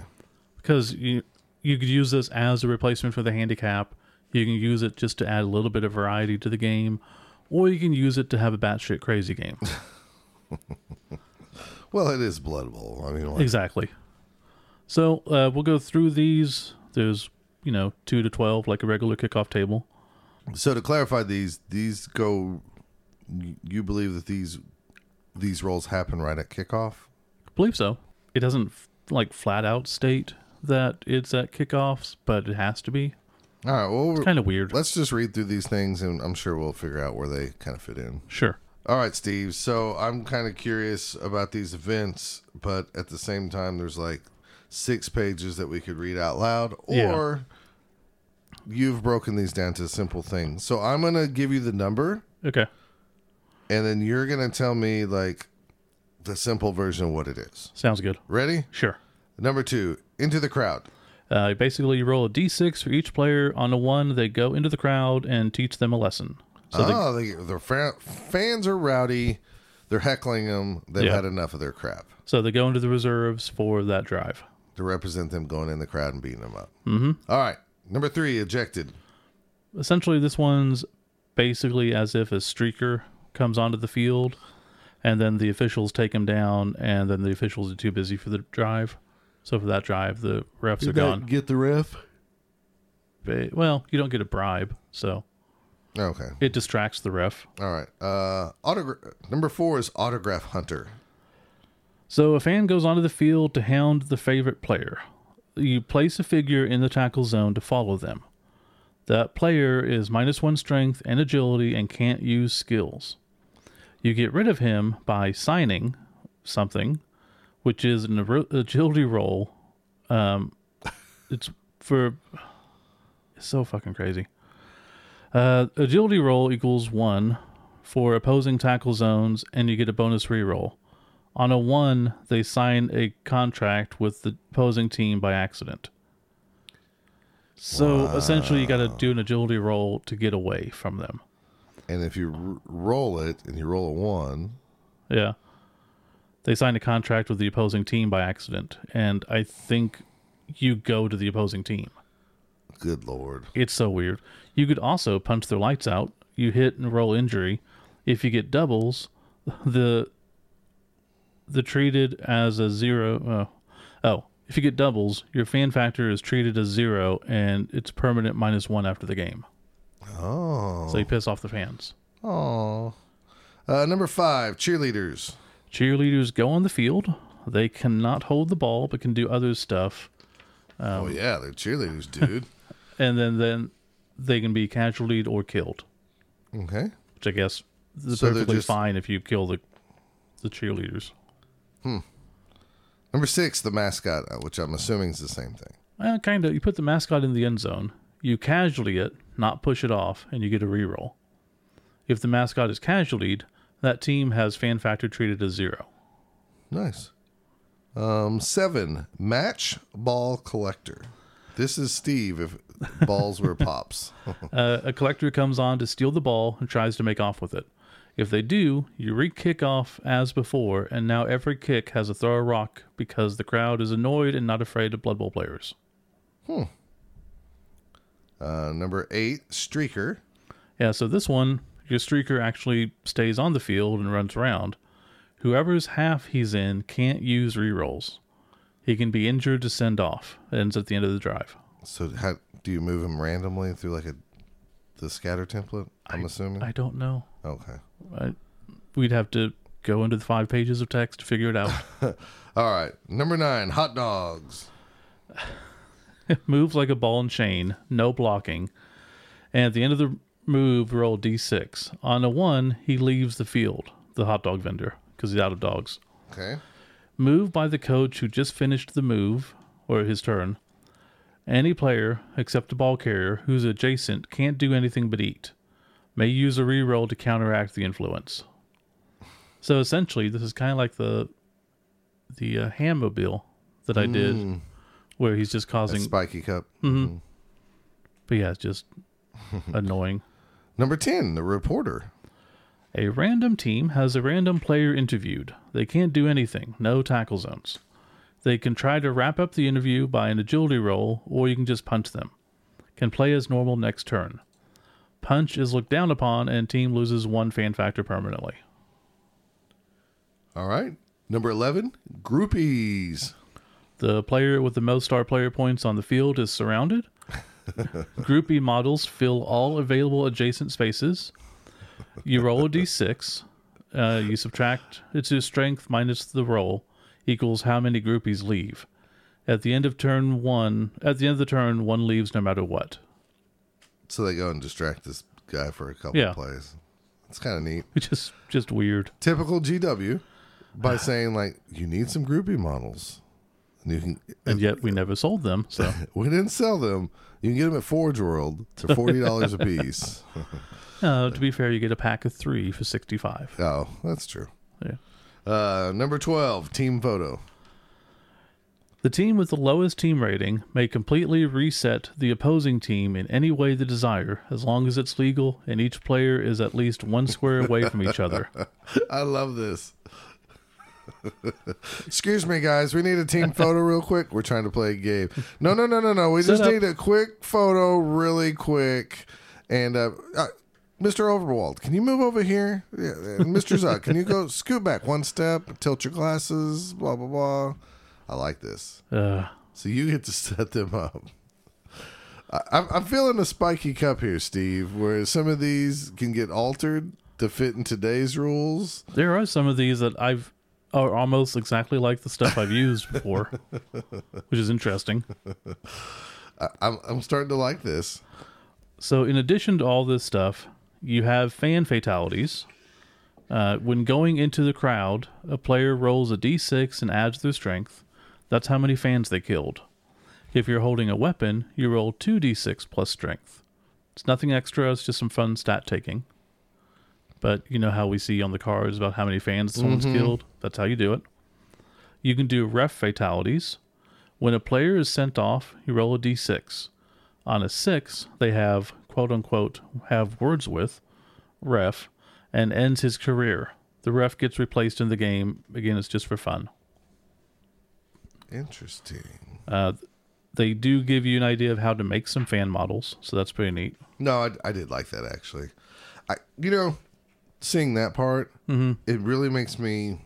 because you you could use this as a replacement for the handicap. You can use it just to add a little bit of variety to the game, or you can use it to have a batshit crazy game.
Well, it is Blood Bowl. I mean, like,
exactly. So uh, we'll go through these. There's you know two to twelve like a regular kickoff table.
so to clarify these, these go. You believe that these these rolls happen right at kickoff?
I believe so. It doesn't f- like flat out state that it's at kickoffs, but it has to be.
All right. Well, we're-
Kind of weird.
let's just read through these things, and I'm sure we'll figure out where they kind of fit in.
Sure.
All right, Steve. So I'm kind of curious about these events, but at the same time, there's like six pages that we could read out loud,
Yeah.
or you've broken these down to simple things. So I'm going to give you the number,
Okay.
and then you're going to tell me like the simple version of what it is.
Sounds good.
Ready?
Sure.
Number two, into the crowd.
Uh, basically, you roll a d6 for each player. On a one, they go into the crowd and teach them a lesson. So they-
oh, they, their fa- fans are rowdy. They're heckling them. They've
Yeah.
had enough of their crap.
So they go into the reserves for that drive.
to represent them going in the crowd and beating them up. Mm-hmm. right. Number three, ejected.
Essentially, this one's basically as if a streaker comes onto the field, and then the officials take him down, and then the officials are too busy for the drive. So for that drive, the refs are gone.
get the ref?
Ba- Well, you don't get a bribe, so
Okay.
it distracts the ref.
All right. Uh, autogra- number four is autograph hunter.
So a fan goes onto the field to hound the favorite player. You place a figure in the tackle zone to follow them. That player is minus one strength and agility and can't use skills. You get rid of him by signing something, which is an ar- agility roll. Um, it's for it's so fucking crazy. Uh, agility roll equals one for opposing tackle zones, and you get a bonus reroll. On a one, they sign a contract with the opposing team by accident. So essentially, you got to do an agility roll to get away from them.
And if you r- roll it and you roll a one,
Yeah. They signed a contract with the opposing team by accident, and I think you go to the opposing team.
good lord.
It's so weird. You could also punch their lights out. You hit and roll injury. If you get doubles, the the treated as a zero. Oh, oh, if you get doubles, your fan factor is treated as zero, and it's permanent minus one after the game.
Oh.
So you piss off the fans.
Oh. Uh, number five, cheerleaders.
Cheerleaders go on the field. They cannot hold the ball, but can do other stuff. Um,
oh yeah, they're cheerleaders, dude.
and then then they can be casualtied or killed,
okay.
which I guess is
So they're
perfectly
just-
fine if you kill the the cheerleaders.
Number six, the mascot, uh, which I'm assuming is the same thing.
Well, kind of. You put the mascot in the end zone, you casualty it, not push it off, and you get a reroll. If the mascot is casualtied, that team has fan factor treated as zero.
Nice. Um, seven match ball collector. This is Steve. If balls were pops,
Uh, a collector comes on to steal the ball and tries to make off with it. If they do, you re kick off as before, and now every kick has a throw a rock because the crowd is annoyed and not afraid of Blood Bowl players.
uh, number eight streaker.
Yeah, so this one, your streaker actually stays on the field and runs around. Whoever's half he's in can't use rerolls. He can be injured to send off. Ends at the end of the drive.
So how do you move him randomly through like a the scatter template? I'm assuming.
I don't know.
okay.
I, we'd have to go into the five pages of text to figure it out.
All right. Number nine hot dogs.
It moves like a ball and chain, no blocking. And at the end of the move, roll d6. On a one, he leaves the field, the hot dog vendor, because he's out of dogs.
Okay.
Move by the coach who just finished the move or his turn. Any player except the ball carrier who's adjacent can't do anything but eat. May use a reroll to counteract the influence. So essentially, this is kind of like the the uh, handmobile that I did, where he's just
That
causing.
spiky cup.
Hmm. but yeah, it's just annoying.
Number 10, the reporter.
A random team has a random player interviewed. They can't do anything, no tackle zones. They can try to wrap up the interview by an agility roll, or you can just punch them. Can play as normal next turn. Punch is looked down upon, and team loses one fan factor permanently.
All right. Number 11, groupies.
The player with the most star player points on the field is surrounded. Groupie models fill all available adjacent spaces. You roll a d6. Uh, you subtract its strength minus the roll equals how many groupies leave. At the end of turn one, at the end of the turn, one leaves no matter what.
So they go and distract this guy for a couple
Yeah.
plays. It's kind of neat.
Which is just weird.
Typical GW by saying, like, you need some groupie models. And you can,
And yet we never sold them. So
we didn't sell them. You can get them at Forge World to $40 a piece.
uh, to be fair, you get a pack of three for sixty-five.
Oh, that's true.
Yeah.
Uh, number 12, team photo.
The team with the lowest team rating may completely reset the opposing team in any way they desire, as long as it's legal and each player is at least one square away from each other.
I love this. Excuse me, guys. We need a team photo real quick. We're trying to play a game. No, no, no, no, no. We just
up.
need a quick photo, really quick. And uh, uh, Mr. Overwald, can you move over here? Yeah, and Mr. Zuck, can you go scoot back one step, tilt your glasses, blah blah blah. I like this.
Uh,
So you get to set them up. I, I'm- I'm feeling a spiky cup here, Steve. Where some of these can get altered to fit in today's rules.
there are some of these that I've are almost exactly like the stuff I've used before, which is interesting.
I'm, I'm starting to like this.
So, in addition to all this stuff, you have fan fatalities. Uh, when going into the crowd, a player rolls a d6 and adds their strength. That's how many fans they killed. If you're holding a weapon, you roll 2d6 plus strength. It's nothing extra, it's just some fun stat taking. But you know how we see on the cards about how many fans someone's killed? That's how you do it. You can do ref fatalities. When a player is sent off, you roll a d6. On a six, they have quote unquote have words with ref and ends his career. The ref gets replaced in the game. Again, it's just for fun.
Interesting.
They do give you an idea of how to make some fan models, so that's pretty neat.
No, I, I did like that actually. I you know, seeing that part, it really makes me.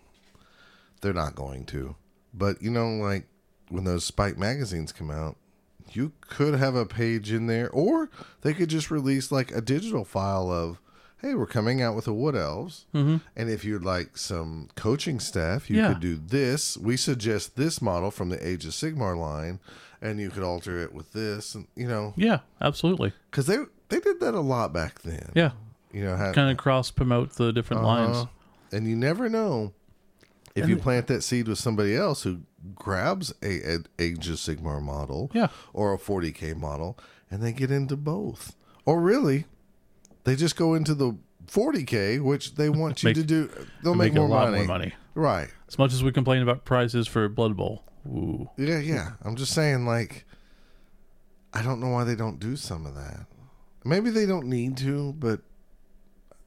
They're not going to, but you know, like when those Spike magazines come out, you could have a page in there, or they could just release like a digital file of. Hey, we're coming out with the Wood Elves, and if you'd like some coaching staff, you
Yeah.
could do this. We suggest this model from the Age of Sigmar line, and you could alter it with this, and you know,
Yeah, absolutely.
because they they did that a lot back then.
Yeah,
you know, had, uh,
kind of cross promote the
Uh-huh.
different lines.
and you never know if you plant that seed with somebody else who grabs a, a Age of Sigmar model,
Yeah.
or a 40k model, and they get into both, or really, they just go into the 40k, which they want you
Make-
to do. They'll make,
make a
more,
lot
money.
more money.
right?
As much as we complain about prices for Blood Bowl, ooh,
Yeah, yeah. I'm just saying, like, I don't know why they don't do some of that. Maybe they don't need to, but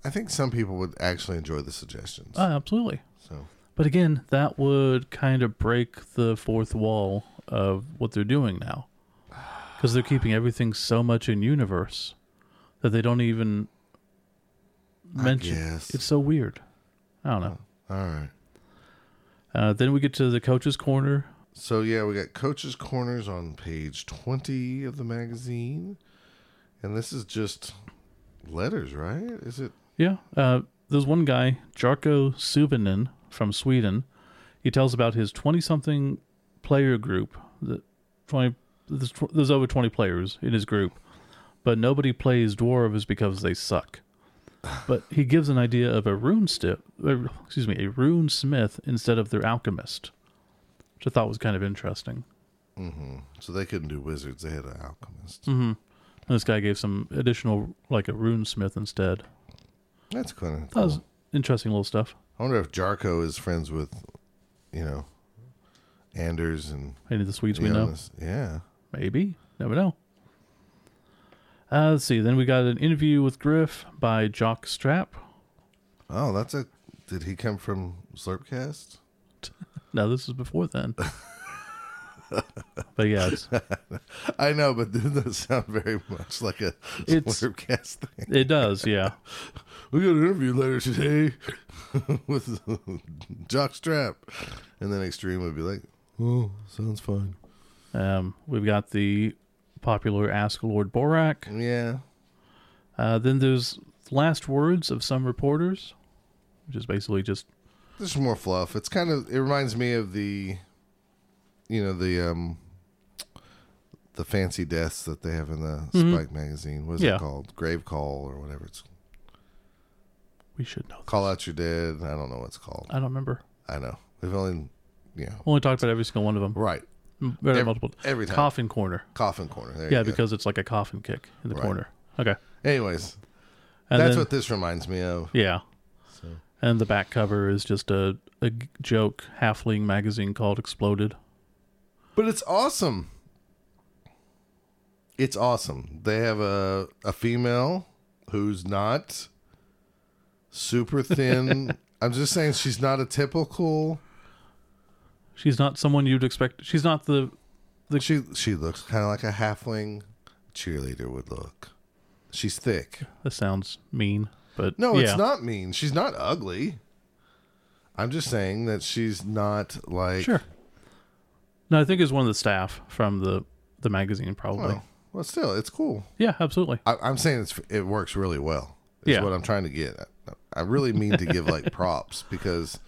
I think some people would actually enjoy the suggestions.
Ah, absolutely.
so,
But again, that would kind of break the fourth wall of what they're doing now. Because they're keeping everything so much in universe that they don't even mention.
guess.
It's so weird. I don't know.
all right.
Uh, then we get to the coach's corner.
So, yeah, we got Coach's Corners on page 20 of the magazine. And this is just letters, right? Is it?
Yeah. Uh, there's one guy, Jarko Subinin from Sweden. He tells about his 20 something player group that twenty. There's, tw- there's over twenty players in his group, but nobody plays dwarves because they suck. But he gives an idea of a rune stip, uh, excuse me, a rune smith instead of their alchemist, which I thought was kind of interesting.
So they couldn't do wizards. They had an alchemist.
Mm-hmm. And this guy gave some additional, like a rune smith instead.
That's kind of
That was
cool.
interesting little stuff.
I wonder if Jarko is friends with, you know, Anders and
Any of the Swedes we know.
Jonas. Yeah.
Maybe. Never know. Uh, let's see. Then we got an interview with Griff by Jock Strap.
Oh, that's a. Did he come from Slurpcast?
No, this is before then. but yeah, it's,
I know, but didn't that sound very much like a
It's-
Slurpcast thing?
it does. Yeah.
We got an interview later today with Jock Strap. And then Extreme would be like, oh, sounds fine.
Um, we've got the popular Ask Lord Borak.
Yeah.
Uh, then there's last words of some reporters, which is basically just
There's more fluff. It's kind of it reminds me of the you know, the um the fancy deaths that they have in the Spike magazine. What is
Yeah.
it called? Grave Call or whatever it's
we should know.
Call Out Your Dead. I don't know what it's called.
I don't remember.
I know. We've only yeah.
Only talked about every single one of them.
Right.
M- Very
Every-
multiple.
every time.
coffin corner.
Coffin corner. There
Yeah,
you go.
because it's like a coffin kick in the
Right.
corner. Okay.
anyways,
And
that's
then-
what this reminds me of.
Yeah. And the back cover is just a, a g- joke halfling magazine called Exploded.
But it's awesome. It's awesome. They have a a female who's not super thin. I'm just saying she's not a typical.
She's not someone you'd expect. She's not the.
She she looks kind of like a halfling cheerleader would look. She's thick.
That sounds mean, but
No,
yeah.
it's not mean. She's not ugly. I'm just saying that she's not like
Sure. No, I think it's one of the staff from the the magazine, probably.
Well, well, still, it's cool.
Yeah, absolutely.
I, I'm saying it's it works really well. Is
Yeah.
what I'm trying to get. at. I really mean to give like props because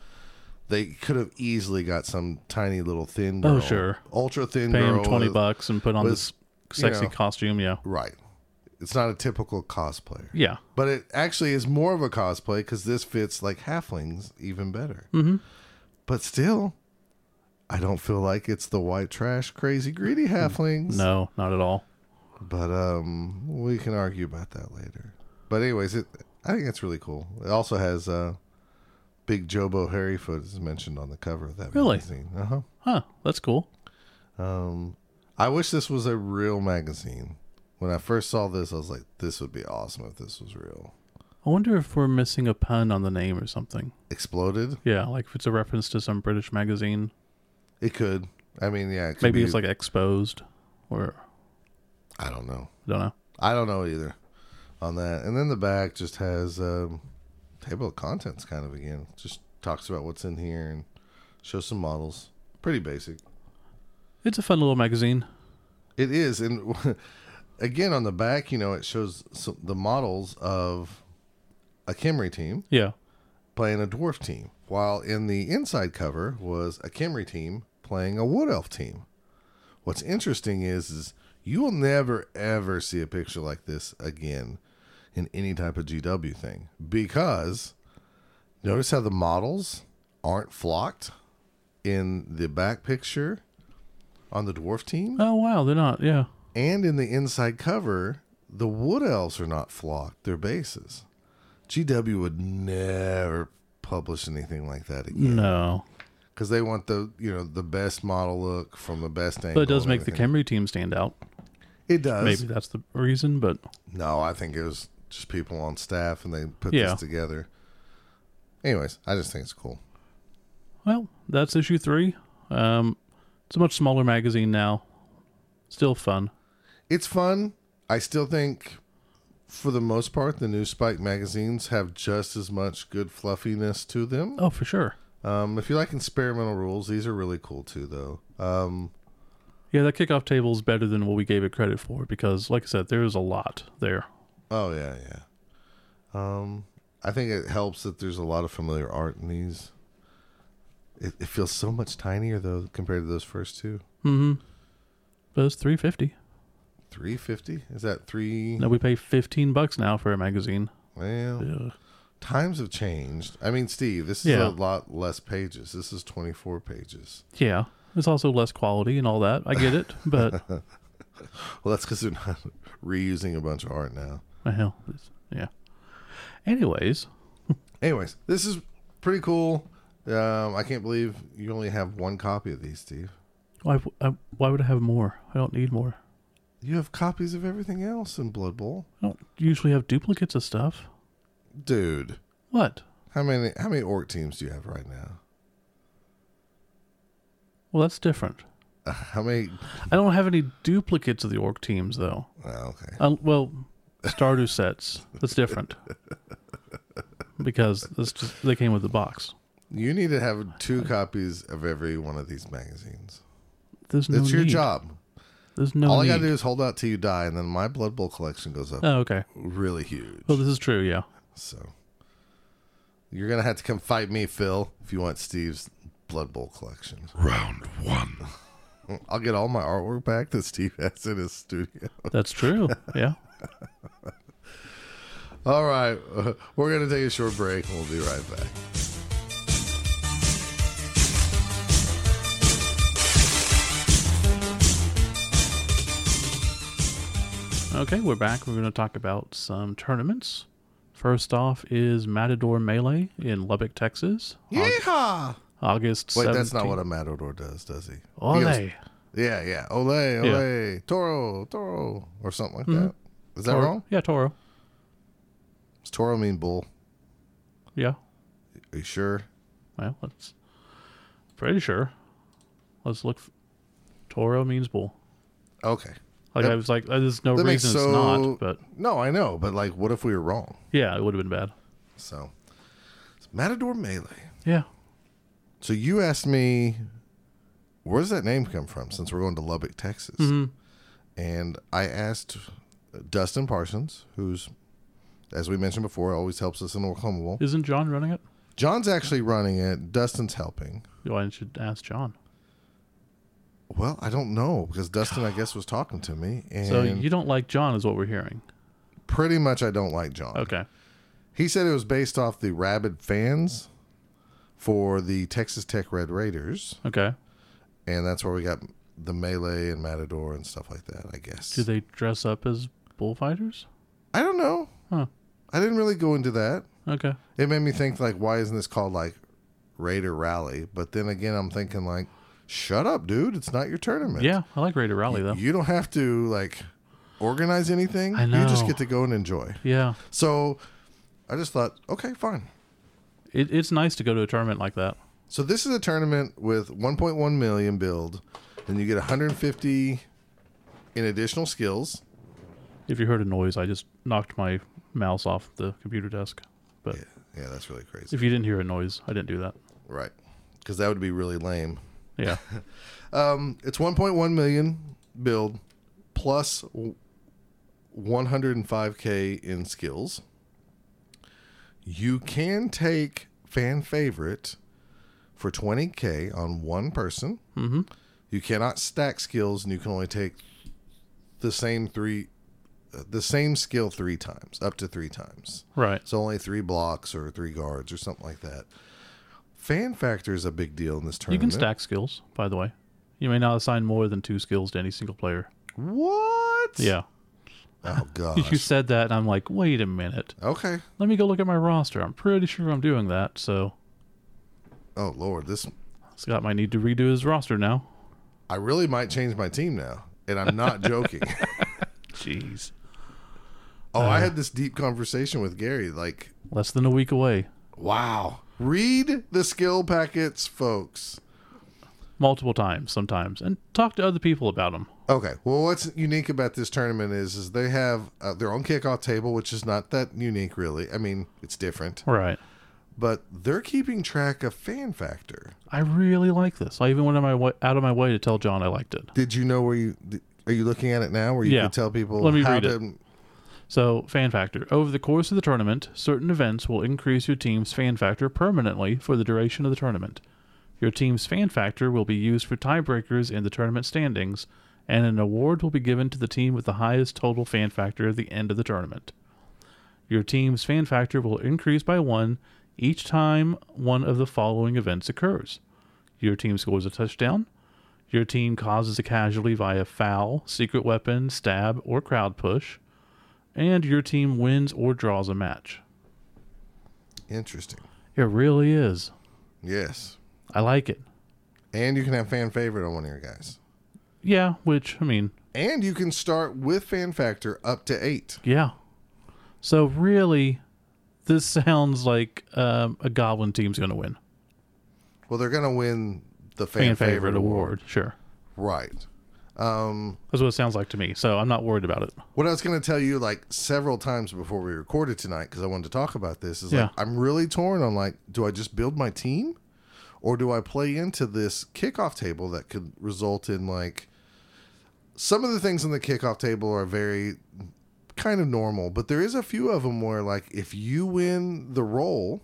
they could have easily got some tiny little thin
Oh,
girl,
sure.
ultra thin
Pay
girl,
him twenty
with-
bucks and put on
with,
this
you
sexy
know.
costume. Yeah,
Right. It's not a typical cosplayer,
yeah,
but it actually is more of a cosplay because this fits like halflings even better.
Mm-hmm.
But still, I don't feel like it's the white trash, crazy, greedy halflings.
Mm. no, not at all.
But um, we can argue about that later. But anyways, it I think it's really cool. It also has uh, Big Jobo Harryfoot is mentioned on the cover of that
Really?
magazine. Uh huh.
Huh? That's cool.
I wish this was a real magazine. When I first saw this, I was like, "This would be awesome if this was real."
I wonder if we're missing a pun on the name or something.
Exploded.
Yeah, like if it's a reference to some British magazine.
It could. I mean, yeah. It could
Maybe
be-
it's like exposed, or
I don't know.
I don't know.
I don't know either on that. And then the back just has um, table of contents kind of again. Just talks about what's in here and shows some models. Pretty basic.
It's a fun little magazine.
It is, and again on the back, you know, it shows some, the models of a Kimry team
Yeah,
playing a dwarf team, while in the inside cover was a Kimry team playing a wood elf team. What's interesting is, is you will never ever see a picture like this again in any type of GW thing because notice how the models aren't flocked in the back picture on the dwarf team
Oh wow, they're not. Yeah,
and in the inside cover, the wood elves are not flocked; they're bases. GW would never publish anything like that
Mm.
again
no,
because they want the you know the best model look from the best angle.
but it does
and
make the
everything.
Camry team stand out.
It does.
Maybe that's the reason. But
No, I think it was just people on staff and they put
Yeah.
this together. Anyways, I just think it's cool.
well, that's issue three. Um, it's a much smaller magazine now. Still fun.
It's fun. I still think, for the most part, the new Spike magazines have just as much good fluffiness to them.
Oh, for sure.
Um, if you like experimental rules, these are really cool too, though. Um,
Yeah, that kickoff table is better than what we gave it credit for because, like I said, there is a lot there.
oh yeah, yeah. Um, I think it helps that there's a lot of familiar art in these. It, it feels so much tinier though compared to those first two.
Mm-hmm. But it's three fifty.
Three fifty? Is that three?
No, we pay fifteen bucks now for a magazine.
Well,
Ugh.
times have changed. I mean, Steve, this is a
Yeah.
lot less pages. This is twenty four pages.
Yeah, it's also less quality and all that. I get it, but
Well, that's because they're not reusing a bunch of art now.
well, hell, it's- yeah. Anyways,
Anyways, this is pretty cool. Um, I can't believe you only have one copy of these, Steve.
why I, why would I have more? I don't need more.
You have copies of everything else in Blood Bowl,
I don't usually have duplicates of stuff.
dude.
What?
How many how many orc teams do you have right now?
Well, that's different.
Uh, How many?
I don't have any duplicates of the orc teams though.
Oh, okay,
Um, well, Stardew sets. That's different. Because that's just, they came with the box.
you need to have two copies of every one of these magazines.
There's no
It's your
need.
job.
There's no
All
need.
I gotta do is hold out till you die, and then my Blood Bowl collection goes up
oh, okay.
really huge.
Well, this is true. Yeah.
So you're gonna have to come fight me, Phil, if you want Steve's Blood Bowl collection.
Round one.
I'll get all my artwork back that Steve has in his studio.
That's true. Yeah.
All right, we're gonna take a short break, and we'll be right back.
Okay, we're back. We're going to talk about some tournaments. First off is Matador Melee in Lubbock, Texas, Au-
Yeehaw!
August.
Wait, that's not
17th.
what a matador does, does he? He goes-
Ole.
yeah, yeah. Ole, ole, toro, toro, or something like that. Is that
Mm-hmm. Toro-
wrong?
Yeah, Toro.
Does toro mean bull?
Yeah.
Are you sure?
Well, let's. Pretty sure. Let's look. f- Toro means bull.
Okay.
Like
That-
I was like, uh, there's no
That makes
reason it's
so-
not, but
No, I know, but like, what if we were wrong?
yeah, it would have been bad.
So, it's matador melee.
Yeah.
So you asked me, where does that name come from? Since we're going to Lubbock, Texas,
Mm-hmm.
and I asked Dustin Parsons, who's, as we mentioned before, always helps us in Oklahoma Bowl.
Isn't John running it?
John's actually running it. Dustin's helping.
Oh, I should ask John.
Well, I don't know because Dustin, I guess, was talking to me, and
So you don't like John, is what we're hearing.
pretty much I don't like John.
Okay.
He said it was based off the rabid fans for the Texas Tech Red Raiders,
Okay.
and that's where we got the melee and matador and stuff like that. I guess.
Do they dress up as bullfighters?
I don't know.
Huh.
I didn't really go into that.
Okay.
It made me think like, why isn't this called like Raider Rally? But then again, I'm thinking like, shut up, dude. It's not your tournament.
Yeah, I like Raider Rally though.
You don't have to like organize anything.
I
You just
know.
get to go and enjoy.
Yeah.
So I just thought, okay, fine.
It, it's nice to go to a tournament like that.
So this is a tournament with 1.1 million build, and you get 150 in additional skills.
If you heard a noise, I just knocked my mouse off the computer desk. But
Yeah, yeah that's really crazy.
if you didn't hear a noise, I didn't do that.
Right. Because that would be really lame.
Yeah.
Um, it's 1.1 million build plus w- 105k in skills. You can take fan favorite for 20k on one person. Mm-hmm. You cannot stack skills, and you can only take the same three, uh, the same skill three times, up to three times.
right.
So only three blocks or three guards or something like that. Fan factor is a big deal in this
You
tournament.
can stack skills, by the way. You may not assign more than two skills to any single player.
What?
Yeah.
Oh
You
gosh.
said that, and I'm like, wait a minute.
okay.
Let me go look at my roster. I'm pretty sure I'm doing that. So
Oh lord, this
Scott might need to redo his roster now.
I really might change my team now, and I'm not joking.
Jeez. Uh.
oh, I had this deep conversation with Gary. Like,
Less than a week away.
wow. Read the skill packets, folks.
Multiple times sometimes. And talk to other people about them.
Okay. Well, what's unique about this tournament is, is they have uh, their own kickoff table, which is not that unique, really. I mean, it's different,
Right.
but they're keeping track of fan factor.
I really like this. I even went on my way, out of my way to tell John I liked it.
Did you know where you th- are you looking at it now, where you
Yeah.
can tell people
Let me
how
read
to?
it. So, fan factor. Over the course of the tournament, certain events will increase your team's fan factor permanently for the duration of the tournament. Your team's fan factor will be used for tiebreakers in the tournament standings and an award will be given to the team with the highest total fan factor at the end of the tournament. Your team's fan factor will increase by one each time one of the following events occurs your team scores a touchdown, your team causes a casualty via foul, secret weapon, stab, or crowd push, and your team wins or draws a match.
Interesting.
It really is.
Yes.
I like it.
And you can have fan favorite on one of your guys.
Yeah, which, I mean,
And you can start with fan factor up to eight.
yeah. So, really, this sounds like um, a Goblin team's going to win.
Well, they're gonna win the
Fan,
fan,
favorite, award. Sure.
right? Um,
That's what it sounds like to me. So, I'm not worried about it.
what I was gonna tell you like several times before we recorded tonight because I wanted to talk about this is like
Yeah.
I'm really torn on like do I just build my team or do I play into this kickoff table that could result in like some of the things in the kickoff table are very kind of normal, but there is a few of them where like if you win the role,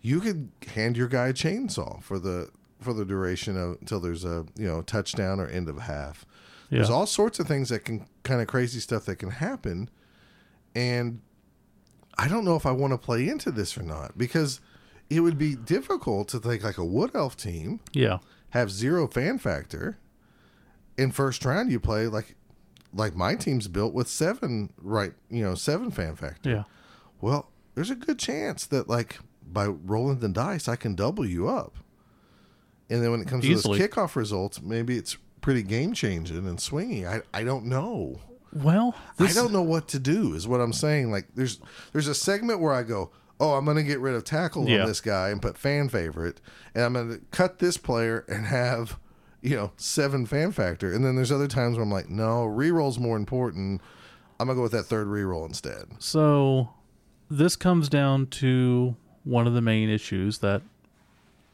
you could hand your guy a chainsaw for the for the duration of until there's a you know touchdown or end of half. There's
Yeah.
all sorts of things that can kind of crazy stuff that can happen, and I don't know if I want to play into this or not because it would be difficult to take like a wood elf team
Yeah.
have zero fan factor. In first round, you play like like my team's built with seven right, you know, seven fan factor.
Yeah.
Well, there's a good chance that like by rolling the dice, I can double you up. And then when it comes
Easily.
to those kickoff results, maybe it's pretty game changing and swingy. I I don't know.
Well,
I don't know what to do. Is what I'm saying. Like there's there's a segment where I go, oh, I'm going to get rid of tackle
Yeah.
on this guy and put fan favorite, and I'm going to cut this player and have you know seven fan factor. And then there's other times where I'm like, no, reroll's more important. I'm gonna go with that third reroll instead.
So this comes down to one of the main issues that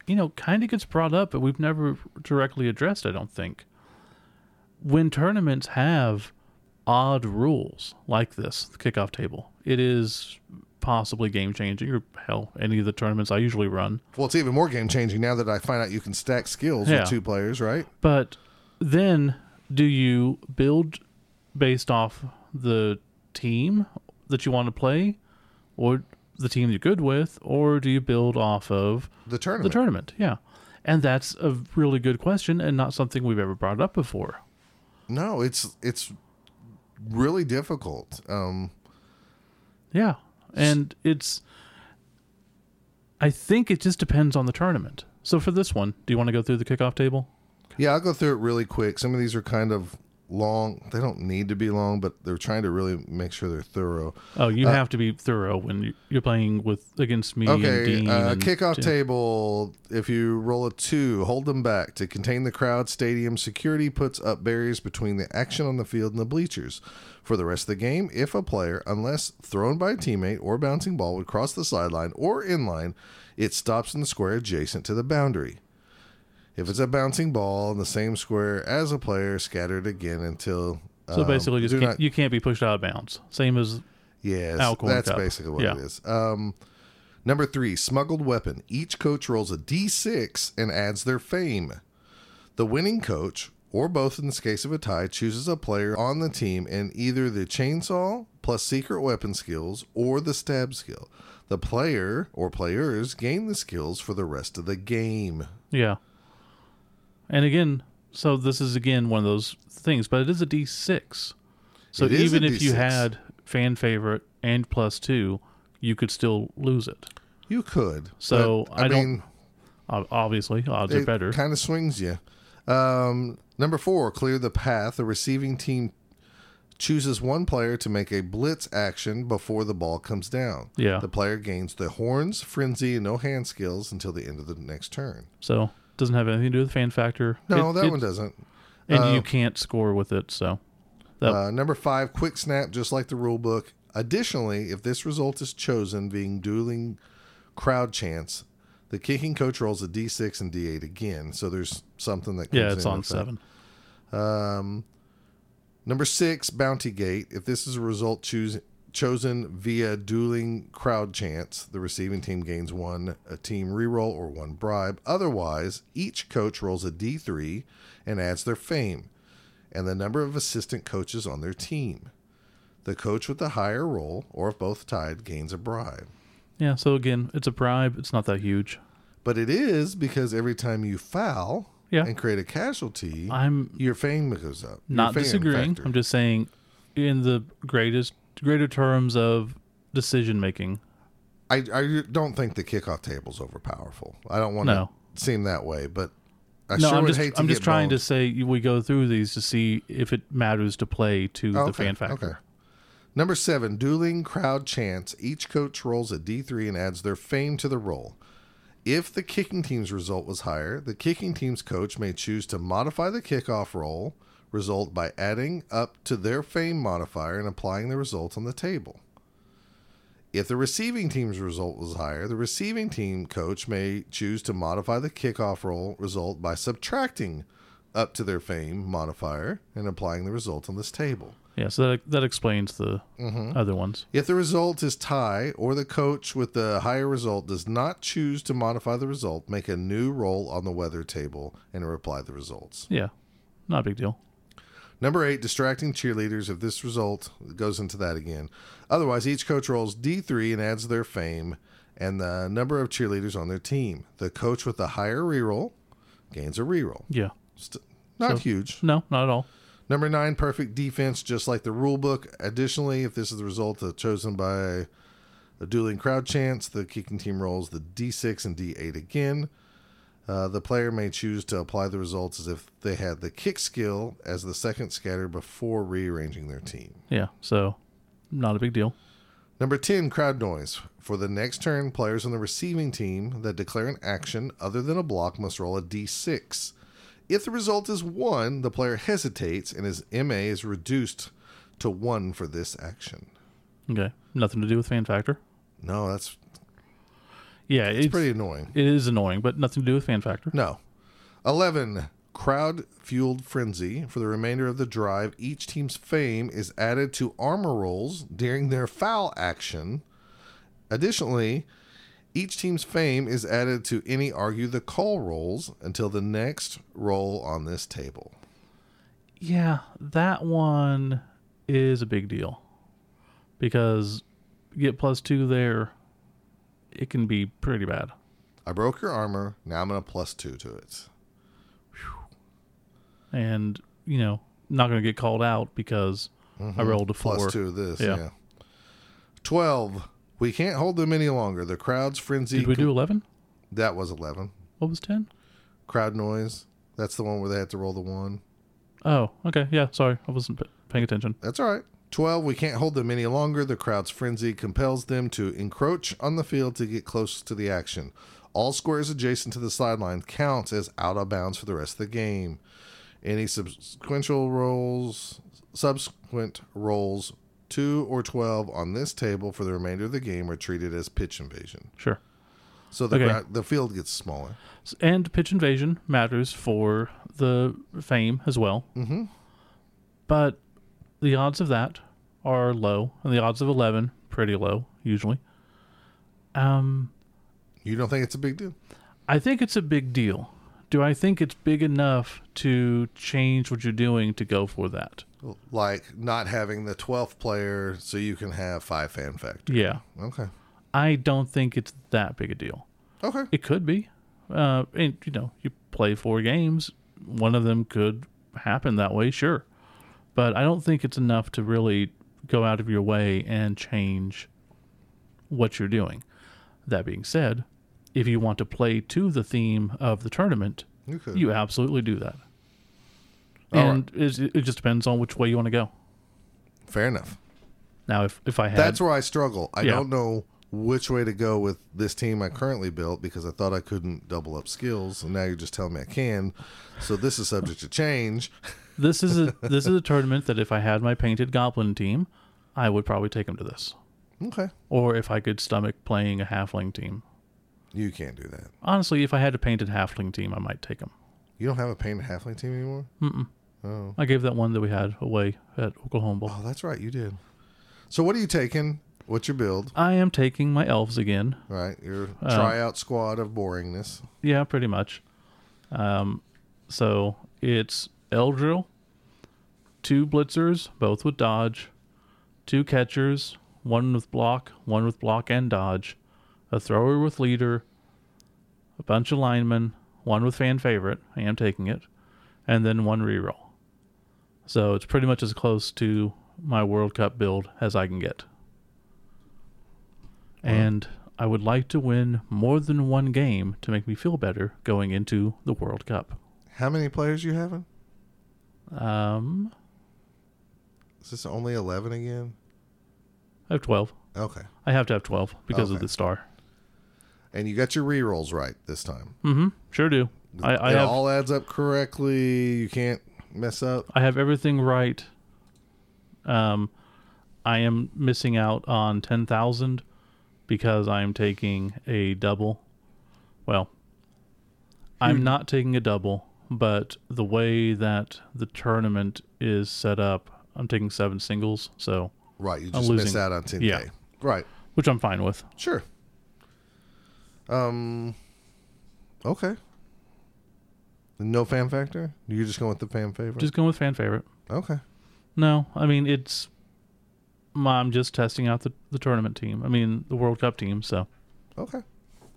you know kind of gets brought up but we've never directly addressed I don't think. When tournaments have odd rules like this, the kickoff table, it is possibly game changing or hell, any of the tournaments I usually run.
Well, it's even more game changing now that I find out you can stack skills
Yeah.
with two players, right?
But then do you build based off the team that you want to play or the team you're good with or do you build off of
The
the
tournament.
tournament? Yeah. And that's a really good question and not something we've ever brought up before.
no, it's it's really difficult. Um,
Yeah. And it's I think it just depends on the tournament. So for this one, do you want to go through the kickoff table?
Yeah, I'll go through it really quick. Some of these are kind of long. They don't need to be long, but they're trying to really make sure they're thorough.
Oh, you
Uh,
have to be thorough when you- you're playing with against me and
Okay,
Dean.
uh,
and
kickoff
Tim.
table. If you roll a two, hold them back. To contain the crowd, stadium security puts up barriers between the action on the field and the bleachers. For the rest of the game, if a player, unless thrown by a teammate or bouncing ball, would cross the sideline or inline, it stops in the square adjacent to the boundary. If it's a bouncing ball in the same square as a player, scattered again until.
So
um,
basically, just
do
can't,
not-
you can't be pushed out of bounds. Same as
Yes,
Alcohol
that's
cup.
basically what
Yeah.
it is. Um, number three, smuggled weapon. Each coach rolls a d6 and adds their fame. The winning coach, or both in this case of a tie, chooses a player on the team in either the chainsaw plus secret weapon skills or the stab skill. The player or players gain the skills for the rest of the game.
yeah. And again, so this is again one of those things, but it is a D six. So
It is a
even if you
D6.
had fan favorite and plus two, you could still lose it.
You could.
So,
but,
I don't- Ob- Obviously, odds are better.
Kind of swings you. Um, number four, clear the path. The receiving team chooses one player to make a blitz action before the ball comes down.
Yeah.
The player gains the horns, frenzy, and no hand skills until the end of the next turn.
So doesn't have anything to do with fan factor.
No,
It-
that
it-
one Uh, doesn't.
And you can't score with it. So that
Uh, number five, quick snap, just like the rule book. Additionally, if this result is chosen being dueling crowd chants, the kicking coach rolls a d6 and d8 again. So there's something that comes
yeah, it's
in
on
with that.
seven.
Number six, Bounty Gate. If this is a result choose, chosen via dueling crowd chants, the receiving team gains one a team reroll or one bribe. Otherwise, each coach rolls a d3 and adds their fame. and the number of assistant coaches on their team. The coach with the higher role, or if both tied, gains a bribe.
Yeah, so again, it's a bribe. It's not that huge.
But it is because every time you foul
Yeah.
and create a casualty,
I'm
your fame goes up. Your
not
fame
disagreeing.
factor.
I'm just saying, in the greatest, greater terms of decision making,
I, I don't think the kickoff table's overpowerful. I don't want
No.
to seem that way, but I
no,
sure
I'm
would
just
hate to
I'm
get
just trying
boned.
to say we go through these to see if it matters to play to
Oh,
the
okay,
fan factor.
Okay. Number seven, dueling crowd chants. Each coach rolls a D3 and adds their fame to the roll. If the kicking team's result was higher, the kicking team's coach may choose to modify the kickoff roll result by adding up to their fame modifier and applying the result on the table. If the receiving team's result was higher, the receiving team coach may choose to modify the kickoff roll result by subtracting up to their fame modifier and applying the result on this table.
Yeah, so that that explains the
Mm-hmm.
other ones.
If the result is tie or the coach with the higher result does not choose to modify the result, make a new roll on the weather table and reply the results.
Yeah, not a big deal.
Number eight, distracting cheerleaders. If this result it goes into that again, otherwise each coach rolls D3 and adds their fame and the number of cheerleaders on their team. The coach with the higher reroll gains a reroll.
Yeah,
St- not
So-
huge.
no, not at all.
Number nine, perfect defense, just like the rule book. Additionally, if this is the result of chosen by a dueling crowd chance, the kicking team rolls the D6 and D8 again. Uh, the player may choose to apply the results as if they had the kick skill as the second scatter before rearranging their team.
Yeah, so not a big deal.
Number 10, crowd noise. For the next turn, players on the receiving team that declare an action other than a block must roll a d6. If the result is 1, the player hesitates and his MA is reduced to 1 for this action.
Okay, nothing to do with fan factor.
No, that's
Yeah, it's,
pretty annoying.
It is annoying, but nothing to do with fan factor.
No. 11, crowd fueled frenzy. For the remainder of the drive, each team's fame is added to armor rolls during their foul action. Additionally, each team's fame is added to any argue the call rolls until the next roll on this table.
Yeah, that one is a big deal because you get plus two there, it can be pretty bad.
I broke your armor. Now I'm going to plus two to it.
and you know not going to get called out because I rolled a four.
Mm-hmm. Plus two to this. Yeah.
Yeah.
12. We can't hold them any longer. The crowd's frenzy.
Did we do eleven?
that was 11.
What was ten?
crowd noise. That's the one where they had to roll the one.
Oh, okay, yeah. Sorry, I wasn't p- paying attention.
That's all right. 12. We can't hold them any longer. The crowd's frenzy compels them to encroach on the field to get close to the action. All squares adjacent to the sideline counts as out of bounds for the rest of the game. Any subsequent rolls, subsequent rolls, 2 or 12 on this table for the remainder of the game are treated as pitch invasion.
Sure.
So the
Okay.
crowd, the field gets smaller.
S- And pitch invasion matters for the fame as well. Mm-hmm. But the odds of that are low, and the odds of eleven pretty low usually. Um,
You don't think it's a big deal?
I think it's a big deal. Do I think it's big enough to change what you're doing to go for that?
Like not having the 12th player so you can have five fan factor.
Yeah.
Okay.
I don't think it's that big a deal.
Okay.
It could be. Uh, and you know, you play four games, one of them could happen that way, sure. But I don't think it's enough to really go out of your way and change what you're doing. That being said, if you want to play to the theme of the tournament,
You could.
you absolutely do that.
All right.
and it's it just depends on which way you want to go.
Fair enough.
Now, if, if I had
That's where I struggle. I
Yeah.
don't know which way to go with this team I currently built because I thought I couldn't double up skills, and now you're just telling me I can. So this is subject to change.
this is a this is a tournament that if I had my painted goblin team, I would probably take them to this.
Okay.
Or if I could stomach playing a halfling team.
You can't do that.
Honestly, if I had a painted halfling team, I might take them.
You don't have a painted halfling team anymore?
I gave that one that we had away at Oklahoma. Bowl.
Oh, that's right. You did. So what are you taking? What's your build?
I am taking my elves again.
Right. Your
Uh,
tryout squad of boringness.
Yeah, pretty much. Um, so it's Eldril, two blitzers, both with dodge, two catchers, one with block, one with block and dodge, a thrower with leader, a bunch of linemen, one with fan favorite, I am taking it, and then one reroll. So it's pretty much as close to my World Cup build as I can get. And I would like to win more than one game to make me feel better going into the World Cup.
How many players you having?
Um,
Is this only eleven again?
I have 12.
Okay.
I have to have 12 because of
Okay.
the star.
And you got your re rolls right this time.
Mm-hmm. Sure do. I, I
it
have
all adds up correctly. You can't mess up.
I have everything right. Um, I am missing out on ten thousand because I'm taking a double. Well,
Hmm.
I'm not taking a double, but the way that the tournament is set up, I'm taking seven singles, so
Right. You
I'm
just miss
losing.
out on 10K.
Yeah.
Right.
which I'm fine with.
Sure. Um. Okay. No fan factor. You're just going with the fan favorite.
Just going with fan favorite.
okay.
No, I mean it's. I'm just testing out the, the tournament team. I mean the World Cup team. So
Okay.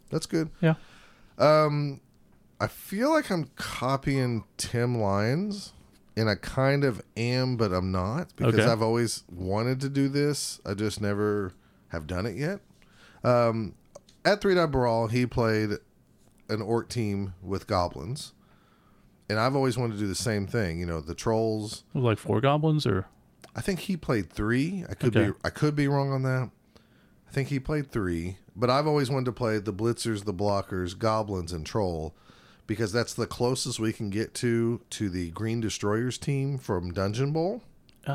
That's good.
yeah,
Um, I feel like I'm copying Tim Lyons, and I kind of am, but I'm not because
Okay.
I've always wanted to do this. I just never have done it yet. Um, at Three Dot Brawl, he played an orc team with goblins, and I've always wanted to do the same thing. You know, the trolls,
like four goblins or
I think he played three. I could
Okay.
be I could be wrong on that. I think he played three, but I've always wanted to play the blitzers, the blockers, goblins, and troll, because that's the closest we can get to to the Green Destroyers team from Dungeon Bowl.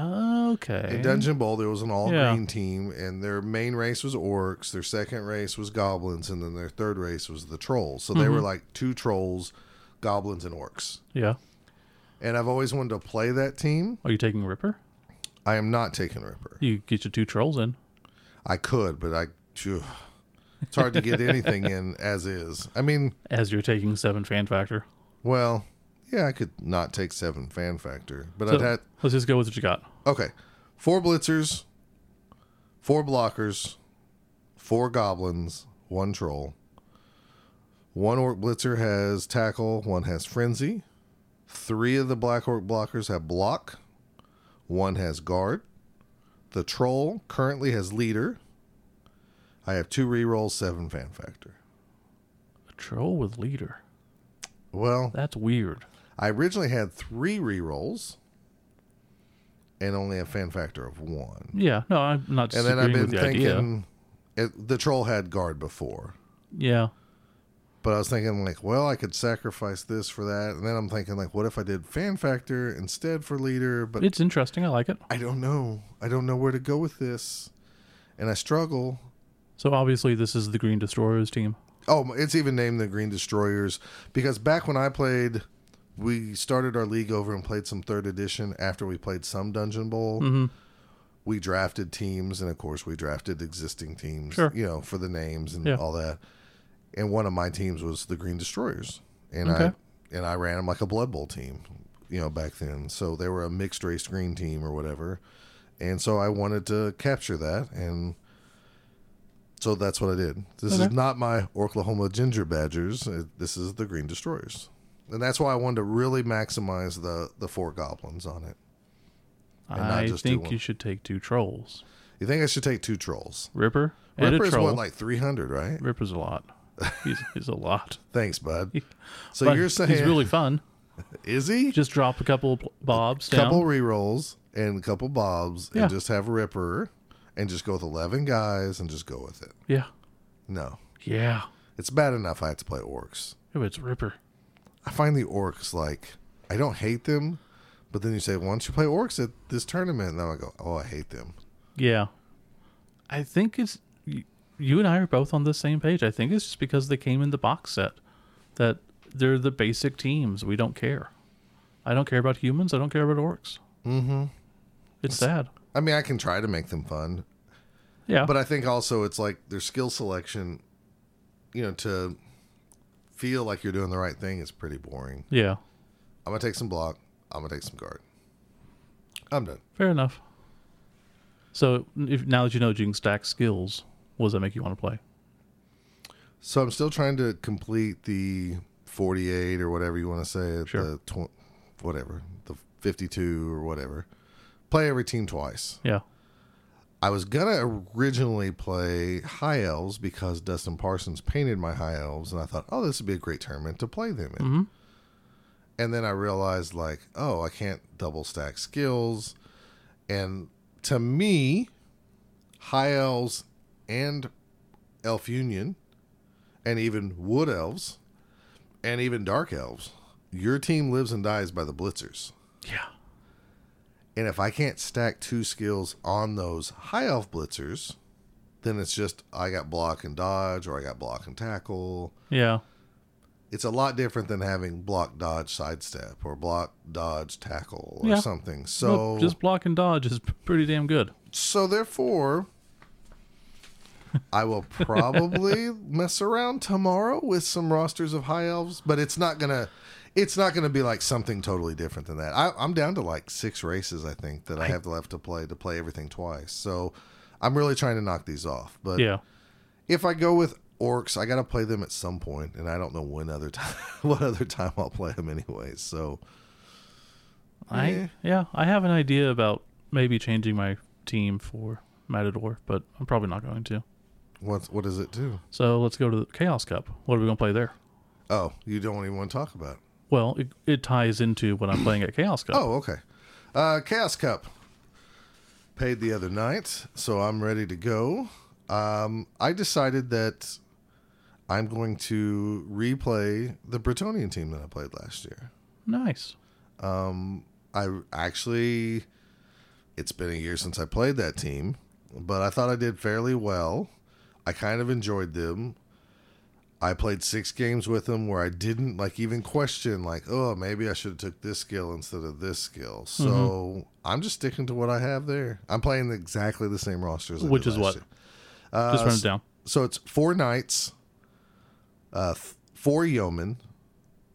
okay.
In Dungeon Bowl, there was an all
Yeah.
green team, and their main race was orcs. Their second race was goblins, and then their third race was the trolls. So
Mhm.
they were like two trolls, goblins, and orcs.
Yeah.
And I've always wanted to play that team.
Are you taking Ripper?
I am not taking Ripper.
You get your two trolls in.
I could, but I. phew. it's hard to get anything in as is. I mean,
As you're taking seven fan factor.
well, yeah, I could not take seven fan factor, but
So
I'd had
let's just go with what you got.
okay, four blitzers, four blockers, four goblins, one troll. One orc blitzer has tackle, one has frenzy. Three of the black orc blockers have block, one has guard. The troll currently has leader. I have two rerolls, seven fan factor.
A troll with leader.
Well,
That's weird.
I originally had three rerolls and only a fan factor of one.
Yeah. No, I'm not
And
disagreeing
then I've been
with the idea.
thinking it, the troll had guard before,
Yeah.
but I was thinking like, well, I could sacrifice this for that. And then I'm thinking like, what if I did fan factor instead for leader? But
It's interesting. I like it.
I don't know. I don't know where to go with this, and I struggle.
So obviously this is the Green Destroyers team.
Oh, it's even named the Green Destroyers because back when I played, we started our league over and played some third edition after we played some Dungeon Bowl.
Mm-hmm.
We drafted teams, and of course, we drafted existing teams,
Sure.
you know, for the names and
Yeah.
all that. And one of my teams was the Green Destroyers, and
Okay.
I and I ran them like a Blood Bowl team, you know, back then. So they were a mixed race green team or whatever, and so I wanted to capture that and. So that's what I did. This is
Okay.
not my Oklahoma Ginger Badgers. Uh, This is the Green Destroyers, and that's why I wanted to really maximize the the four goblins on it. And I
I
just do
think
one.
you should take two trolls.
You think I should take two trolls?
Ripper and
Ripper's
a troll.
what like three hundred, right?
Ripper's a lot. He's, he's a lot.
Thanks, bud. So
But
you're saying
he's really fun.
is he?
Just drop a couple of bobs down.
couple re rolls and a couple bobs,
Yeah.
and just have a ripper, and just go with eleven guys, and just go with it.
Yeah.
No,
Yeah.
it's bad enough I had to play orcs.
Oh, it's Ripper.
I find the orcs like I don't hate them, but then you say, "Why don't you play orcs at this tournament?" And then I go, "Oh, I hate them."
Yeah. I think it's y- you and I are both on the same page. I think it's just because they came in the box set that they're the basic teams. We don't care. I don't care about humans. I don't care about orcs. Mm-hmm. It's sad.
I mean, I can try to make them fun,
Yeah.
but I think also it's like their skill selection, you know, to feel like you're doing the right thing is pretty boring.
yeah.
I'm gonna take some block. I'm gonna take some guard. I'm done.
Fair enough. So if now that you know that you can stack skills, what does that make you want to play?
So I'm still trying to complete the 48 or whatever you want to say it,
Sure.
the tw- whatever, the 52 or whatever. Play every team twice.
Yeah.
I was gonna originally play High Elves because Dustin Parsons painted my High Elves, and I thought, oh, this would be a great tournament to play them in.
Mhm.
And then I realized, like, oh, I can't double stack skills, and to me, High Elves and Elf Union, and even Wood Elves, and even Dark Elves, your team lives and dies by the Blitzers.
Yeah.
And if I can't stack two skills on those high elf blitzers, then it's just I got block and dodge or I got block and tackle.
Yeah.
It's a lot different than having block, dodge, sidestep or block, dodge, tackle or
Yeah.
something.
So
So
just block and dodge is pretty damn good.
so therefore I will probably mess around tomorrow with some rosters of high elves, but it's not gonna it's not gonna be like something totally different than that. I, I'm down to like six races I think that I, have left to play to play everything twice. So I'm really trying to knock these off. But eh.
Yeah.
if I go with orcs, I gotta play them at some point, and I don't know when other time what other time I'll play them anyway. So Eh,
I yeah, I have an idea about maybe changing my team for Matador, but I'm probably not going to.
what's what does it do?
So let's go to the Chaos Cup. What are we gonna play there?
Oh, you don't even want to talk about it.
Well, it, it ties into what I'm playing at Chaos Cup.
Oh, okay. Uh, Chaos Cup paid the other night, so I'm ready to go. Um, I decided that I'm going to replay the Bretonian team that I played last year.
nice.
I actually, it's been a year since I played that team, but I thought I did fairly well. I kind of enjoyed them. I played six games with them where I didn't like even question like, oh, maybe I should have took this skill instead of this skill. So
Mm-hmm.
I'm just sticking to what I have there. I'm playing exactly the same roster as I
Which
did
is
last
what?
year. Uh,
Just run it down.
So it's four knights, uh, th- four yeomen,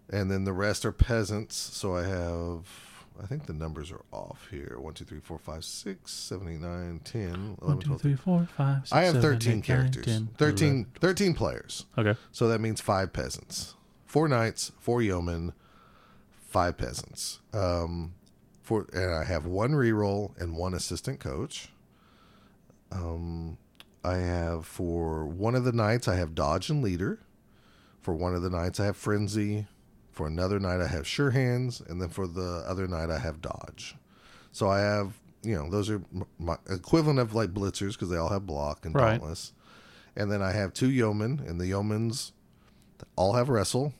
and then the rest are peasants. So I have, I think the numbers are off here 1, 2, 3, 4, 5, 6, 7, 8, 9, 10, 11,
One, two,
12,
three, four, five, six,
I have
seven,
13
eight, nine,
characters,
10,
13, 13 players.
11. Okay.
So that means five peasants, four knights, four yeomen, five peasants. Um, for and I have one reroll and one assistant coach. Um, I have for one of the knights I have dodge and leader. For one of the knights I have frenzy. For another knight I have sure hands, and then for the other knight I have dodge. So I have you know those are m- my equivalent of like blitzers because they all have block and
Right.
dauntless. And then I have two yeomen, and the yeomans all have wrestle.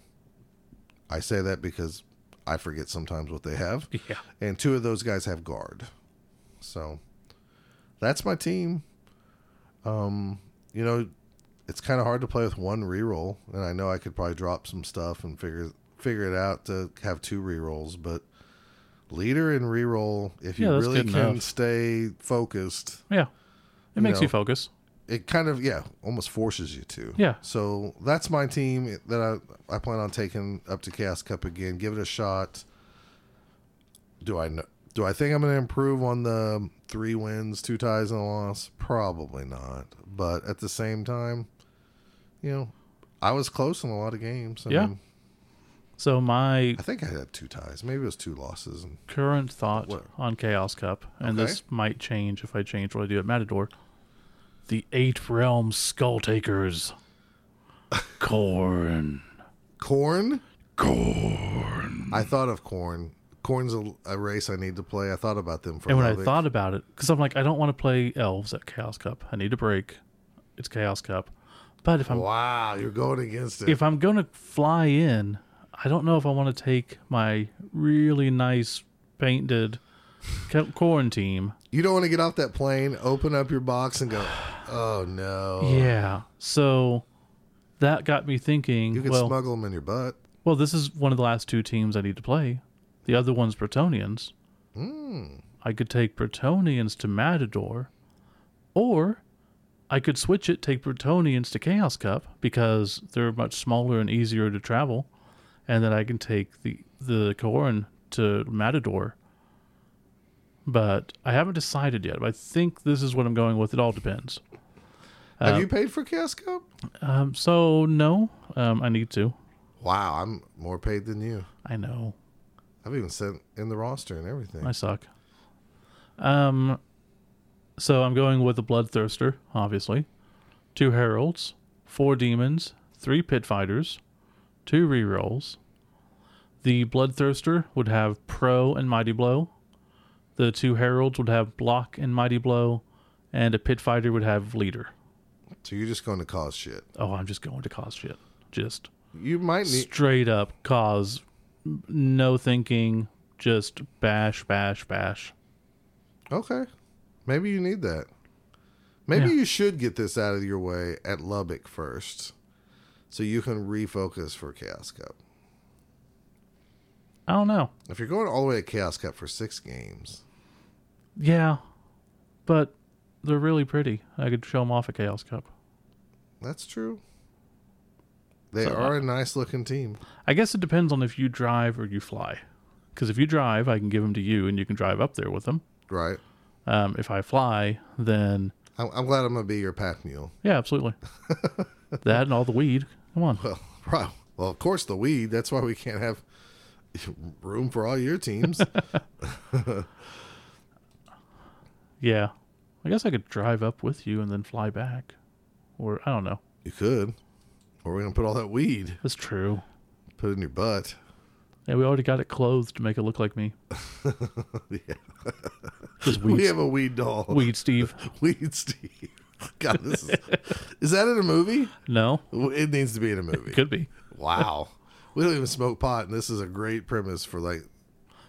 I say that because I forget sometimes what they have.
Yeah.
And two of those guys have guard. So that's my team. Um, you know, it's kind of hard to play with one reroll, and I know I could probably drop some stuff and figure figure it out to have two rerolls, but leader and reroll, if you
Yeah, that's
really
good
can
enough.
stay focused,
Yeah. It makes
know.
you focus.
it kind of yeah almost forces you to
Yeah.
so that's my team that i i plan on taking up to chaos cup again give it a shot do i know do i think i'm going to improve on the three wins two ties and a loss probably not but at the same time you know i was close in a lot of games I
Yeah.
mean,
So my
i think i had two ties maybe it was two losses and
current thought
What?
on Chaos Cup, and
Okay.
this might change if I change what I do at Matador. The Eight Realms Skull Takers. Corn.
corn corn i thought of corn corn's a, a race i need to play i thought about them for
And when I
Lubbock.
thought about it, because I'm like, I don't want to play elves at Chaos Cup. I need a break. It's Chaos Cup. But if I'm
Wow, you're going against it.
if I'm gonna fly in, I don't know if I want to take my really nice painted ca- corn team.
you don't want to get off that plane, open up your box, and go, oh no.
Yeah. So that got me thinking.
You can
well,
smuggle them in your butt.
Well, this is one of the last two teams I need to play. The other one's Bretonians. I could take Bretonians to Matador, or I could switch it, take Bretonians to Chaos Cup because they're much smaller and easier to travel, and then I can take the the Corin to Matador. but I haven't decided yet. But I think this is what I'm going with. It all depends. Uh,
Have you paid for Casco?
Um, so no, um, I need to.
Wow, I'm more paid than you.
I know
I've even sent in the roster and everything.
I suck. Um, so I'm going with the Bloodthirster, obviously. Two heralds, four demons, three pit fighters, two rerolls. The Bloodthirster would have pro and mighty blow. The two heralds would have block and mighty blow, and a pit fighter would have leader.
So you're just going to cause shit.
Oh, I'm just going to cause shit. Just
You might need.
straight up cause no thinking, just bash, bash, bash.
Okay. Maybe you need that. Maybe
Yeah.
you should get this out of your way at Lubbock first so you can refocus for Chaos Cup.
I don't know.
If you're going all the way to Chaos Cup for six games,
Yeah, but they're really pretty. I could show them off at Chaos Cup.
that's true. They
So, uh,
are a nice looking team.
I guess it depends on if you drive or you fly. Because if you drive, I can give them to you, and you can drive up there with them.
Right.
Um, if I fly, then
I'm, I'm glad I'm going to be your pack mule.
yeah, absolutely. that and all the weed. Come on.
Well, right. Well, of course, the weed. That's why we can't have room for all your teams.
Yeah, I guess I could drive up with you and then fly back, or I don't know.
you could. Or we're going to put all that weed,
That's true.
put it in your butt.
Yeah, we already got it clothed to make it look like me.
Yeah.
Just weed,
We have a weed doll.
weed, Steve.
Weed Steve. God, this is, is that in a movie?
No,
It needs to be in a movie.
could be.
Wow. We don't even smoke pot, and this is a great premise for like,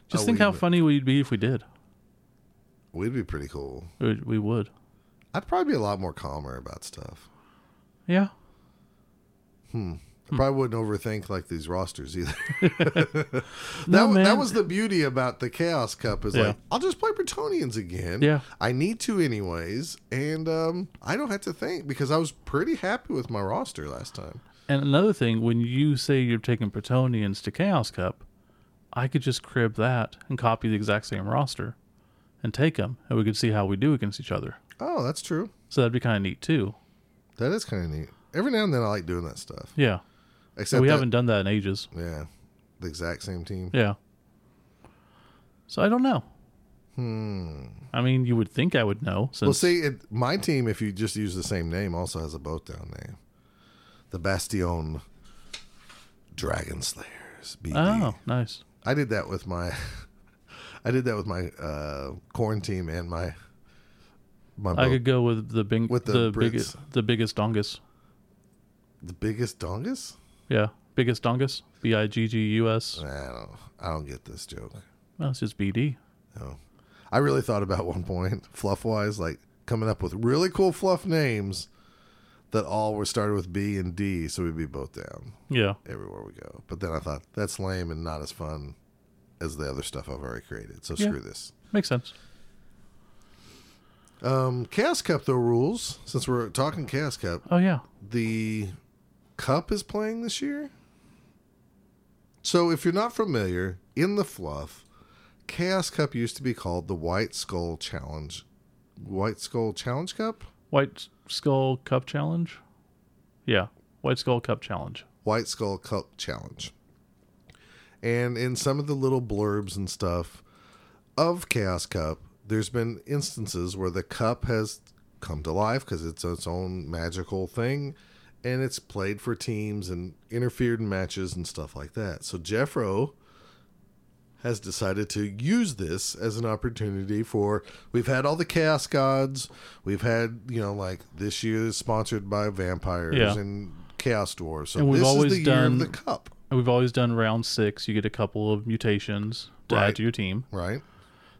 Just
A
think how
weed-
funny we'd be if we did.
we'd be pretty cool.
We we would.
I'd probably be a lot more calmer about stuff.
Yeah. Hmm.
I probably wouldn't overthink like these rosters either. that,
No,
wa- that
man.
was the beauty about the Chaos Cup is
Yeah.
like, I'll just play Bretonians again.
Yeah.
I need to anyways, and um, I don't have to think because I was pretty happy with my roster last time.
And another thing, when you say you're taking Bretonians to Chaos Cup, I could just crib that and copy the exact same roster and take them, and we could see how we do against each other.
Oh, that's true.
So that'd be kind of neat too.
That is kind of neat. Every now and then I like doing that stuff.
Yeah.
Except
we
that-
haven't done that in ages.
Yeah, the exact same team.
Yeah. So I don't know. Hmm. I mean, you would think I would know since
Well, see, it, my team, if you just use the same name, also has a boat down name, the Bastion Dragon Slayers. BD.
Oh, nice.
I did that with my, I did that with my uh, corn team and my my
I
boat.
could go with the big,
With the
the,
Brits.
biggest, the biggest dongus.
the biggest dongus.
Yeah, biggest dongus. B i g g u s.
I don't, I don't get this joke.
Well, it's just BD.
No. I really thought about one point, fluff wise, like coming up with really cool fluff names that all were started with B and D, so we'd be both down
Yeah.
everywhere we go. But then I thought that's lame and not as fun as the other stuff I've already created. So
Yeah.
screw this.
Makes sense.
Um, Chaos Cup though rules. Since we're talking Chaos Cup,
Oh yeah.
the Cup is playing this year. So if you're not familiar, in the fluff, Chaos Cup used to be called the White Skull Challenge. White Skull Challenge Cup?
White Skull Cup Challenge? Yeah. White Skull Cup Challenge.
White Skull Cup Challenge. And in some of the little blurbs and stuff of Chaos Cup, there's been instances where the cup has come to life because it's its own magical thing and it's played for teams and interfered in matches and stuff like that. So Jeffro has decided to use this as an opportunity for we've had all the chaos gods we've had you know like this year is sponsored by vampires
Yeah.
and chaos dwarves so
And we've
this
always
is the year of
done-
the cup
And we've always done round six. You get a couple of mutations to
Right.
add to your team.
right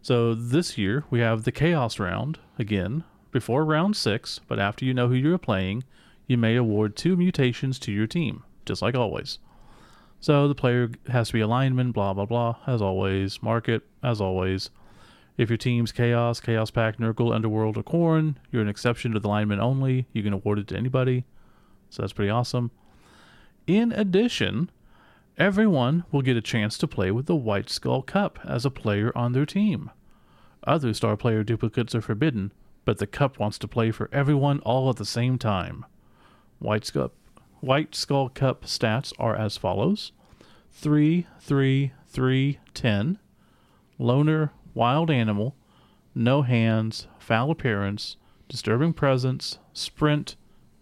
So this year we have the Chaos round again before round six, but after you know who you're playing, you may award two mutations to your team, just like always. So the player has to be a lineman, blah blah blah, as always. Mark it, as always. If your team's Chaos, Chaos Pack, Nurgle, Underworld, or Corn, you're an exception to the lineman only. You can award it to anybody. So that's pretty awesome. In addition, everyone will get a chance to play with the White Skull Cup as a player on their team. Other star player duplicates are forbidden, but the Cup wants to play for everyone all at the same time. White Skull, White Skull Cup stats are as follows 3 3 3 10, loner, wild animal, no hands, foul appearance, disturbing presence, sprint,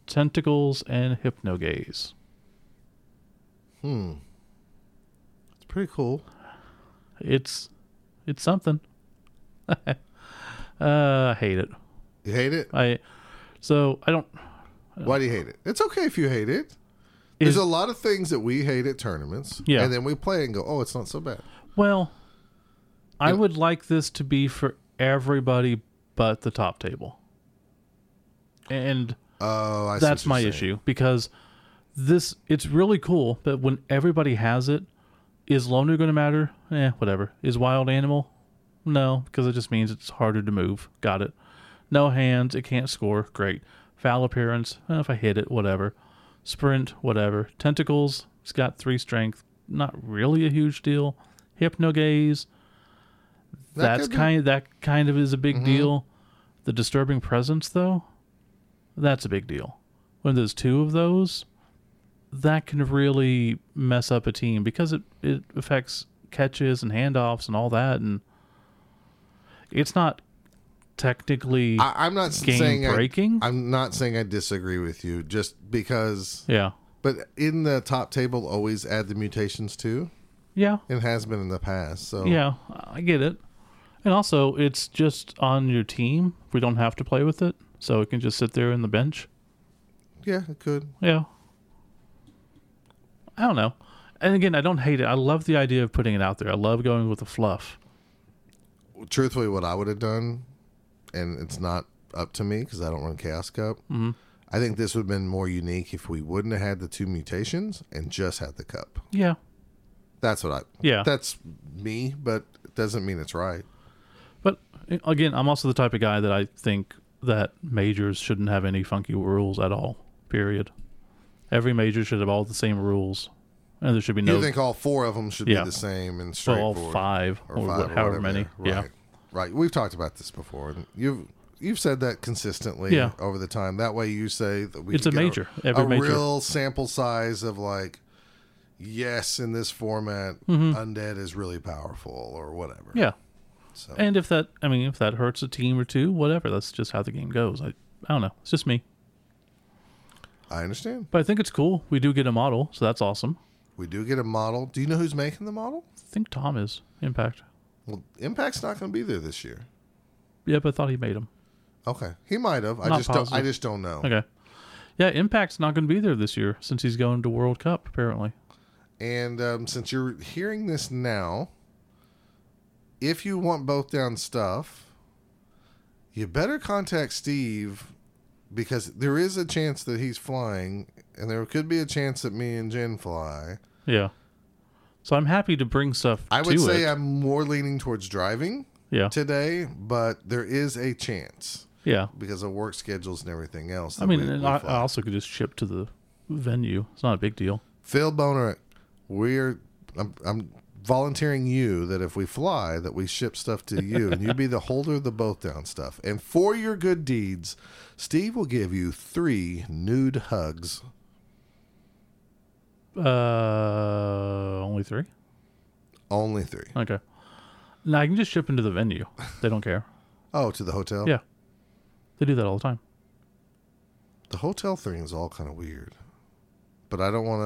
tentacles, and hypnogaze.
It's pretty cool.
It's it's something. uh, I hate it.
You hate it?
I so I don't.
Why do you hate it? It's okay if you hate it. There's
Uh,
a
Is-
lot of things that we hate at tournaments.
Yeah.
And then we play and go, oh, it's not so bad.
Well, I
Yeah.
would like this to be for everybody but the top table. And
Oh, I see what
that's
you're
my
saying.
issue because this it's really cool, but when everybody has it, is loner going to matter? Eh, whatever. Is wild animal? No, because it just means it's harder to move. Got it. No hands, it can't score. Great. Foul appearance. eh, if I hit it, whatever. Sprint, whatever. Tentacles. It's got three strength. Not really a huge deal. Hypnogaze
That
that's
could be- Mm-hmm.
kind that kind of is a big deal. The disturbing presence though, that's a big deal. When there's two of those, that can really mess up a team because it, it affects catches and handoffs and all that and it's not technically
I, I'm not
game
saying I-
breaking.
I'm not saying I disagree with you, just because.
yeah.
But in the top table, always add the mutations too.
Yeah.
It has been in the past. So
Yeah, I get it. And also, it's just on your team. We don't have to play with it, so it can just sit there in the bench.
yeah, it could.
Yeah. I don't know. And again, I don't hate it. I love the idea of putting it out there. I love going with the fluff.
Truthfully, what I would have done, and it's not up to me because I don't run Chaos Cup.
Mm-hmm.
I think this would have been more unique if we wouldn't have had the two mutations and just had the cup.
Yeah.
That's what I.
Yeah.
That's me, but it doesn't mean it's right.
But uh, again, I'm also the type of guy that I think that majors shouldn't have any funky rules at all. Period. Every major should have all the same rules, and there should be no
You think all four of them should
Yeah.
be the same and
well, all
straightforward?
five or,
or
wha-
five, or
however
whatever.
many.
Right.
Yeah.
right. We've talked about this before, and you've you've said that consistently
Yeah.
over the time. That way, you say that we
It's
can
a
get
major. Every
a
major.
real sample size of like, yes, in this format, undead is really powerful or whatever.
Mm-hmm. Yeah.
So-
And if that, I mean, if that hurts a team or two, whatever. That's just how the game goes. I, I don't know. It's just me.
I understand.
But I think it's cool. We do get a model, so that's awesome.
We do get a model. Do you know who's making the model?
I think Tom is Impact.
Well, Impact's not going to be there this year.
Yep, I thought he made him.
Okay, he might have. I
Not
just don't, I
positive.
just don't know.
Okay. Yeah, Impact's not going to be there this year since he's going to World Cup apparently.
And um, since you're hearing this now, if you want both down stuff, you better contact Steve because there is a chance that he's flying, and there could be a chance that me and Jen fly.
Yeah. So I'm happy to bring stuff.
I would
to
say uh,
it.
I'm more leaning towards driving
yeah,
today, but there is a chance
yeah.
because of work schedules and everything else.
I
that
mean,
we-
and
we
I,
fly.
I also could just ship to the venue. It's not a big deal.
Phil Boner, we're I'm, I'm volunteering you that if we fly, that we ship stuff to you, and you be the holder of the both down stuff. And for your good deeds, Steve will give you three nude hugs.
Uh, only three.
Only three.
Okay. Now I can just ship into the venue. They don't care.
Oh, to the hotel.
Yeah, they do that all the time.
The hotel thing is all kind of weird. But I don't want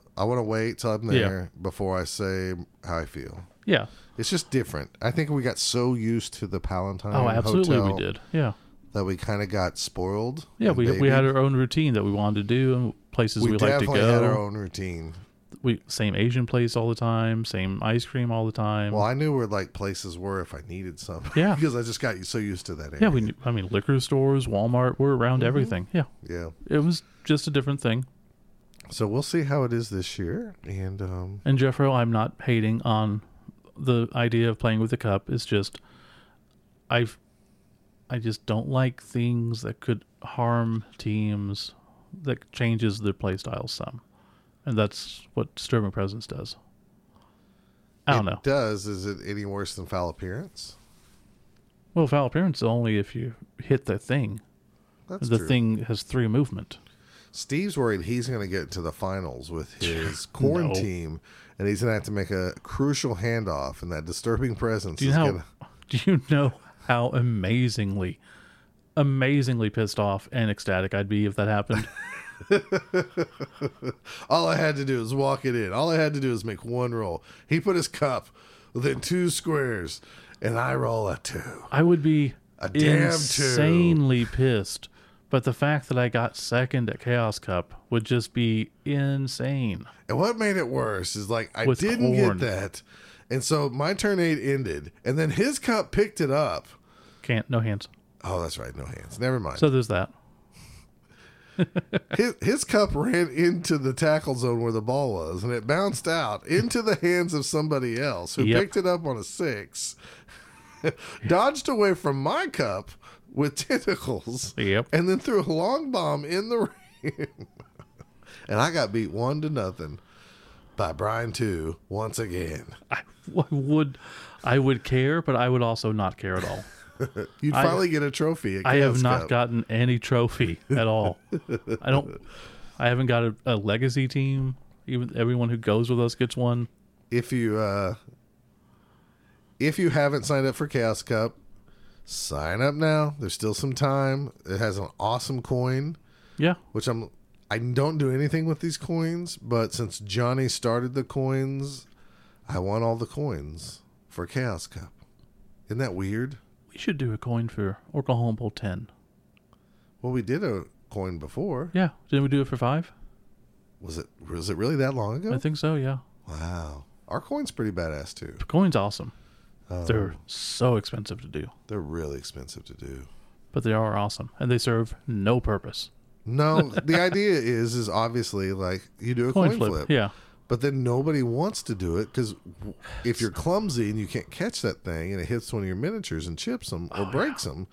to. I want to wait till I'm there before I say how I feel.
Yeah.
It's just different. I think we got so used to the Palatine.
Oh, absolutely,
Uh, hotel
we did. Yeah.
That we kind of got spoiled.
Yeah,
and
we, we had
babied.
our own routine that we wanted to do and places we, like to
definitely
go.
had our own routine.
we same Asian place all the time, same ice cream all the time.
Well, I knew where like places were if I needed something.
Yeah.
because I just got so used to that. Area.
yeah, we. knew- I mean, liquor stores, Walmart. We're around
Mm-hmm.
everything. Yeah,
Yeah.
it was just a different thing.
So we'll see how it is this year, and um,
And Jeffro, I'm not hating on the idea of playing with the cup. It's just I've I just don't like things that could harm teams that changes their play style some, and that's what disturbing presence does. I don't
it
know.
Does is it any worse than foul appearance?
Well, foul appearance is only if you hit the thing.
That's
the
true.
thing has three movement.
Steve's worried he's going to get to the finals with his corn
No.
team, and he's going to have to make a crucial handoff, and that disturbing presence
Do you
is
know?
going to.
Do you know how amazingly, amazingly pissed off and ecstatic I'd be if that happened?
All I had to do is walk it in. All I had to do is make one roll. He put his cup within two squares, and I roll a two.
I would be
A damn two.
insanely pissed. But the fact that I got second at Chaos Cup would just be insane.
And what made it worse is like I
With
didn't get
corn.
that, and so my turn eight ended, and then his cup picked it up.
Can't no hands.
Oh, that's right, no hands. Never mind.
So there's that.
his, his cup ran into the tackle zone where the ball was, and it bounced out into the hands of somebody else who
Yep.
picked it up on a six, dodged away from my cup with tentacles,
Yep.
and then threw a long bomb in the ring. and I got beat one to nothing by Brian Two once again.
I w- would, I would care, but I would also not care at all.
You'd
I-
finally get a trophy. At
I have
Chaos
not
Cup.
gotten any trophy at all. I don't. I haven't got a, a legacy team. Even everyone who goes with us gets one.
if you uh if you haven't signed up for chaos cup sign up now there's still some time it has an awesome coin
Yeah,
which i'm i don't do anything with these coins but since johnny started the coins i want all the coins for chaos cup isn't that weird
we should do a coin for Oklahoma Bowl ten.
well we did a coin before
Yeah, didn't we do it for five?
was it was it really that long
I
ago
think so. Yeah,
wow our coin's pretty badass too
the coin's awesome. They're
Oh.
so expensive to do,
they're really expensive to do
but they are awesome, and they serve no purpose.
No, the idea is is obviously like you do a
Coin,
coin,
flip.
flip,
Yeah,
but then nobody wants to do it because if you're clumsy and you can't catch that thing and it hits one of your miniatures and chips them
Oh,
or breaks them,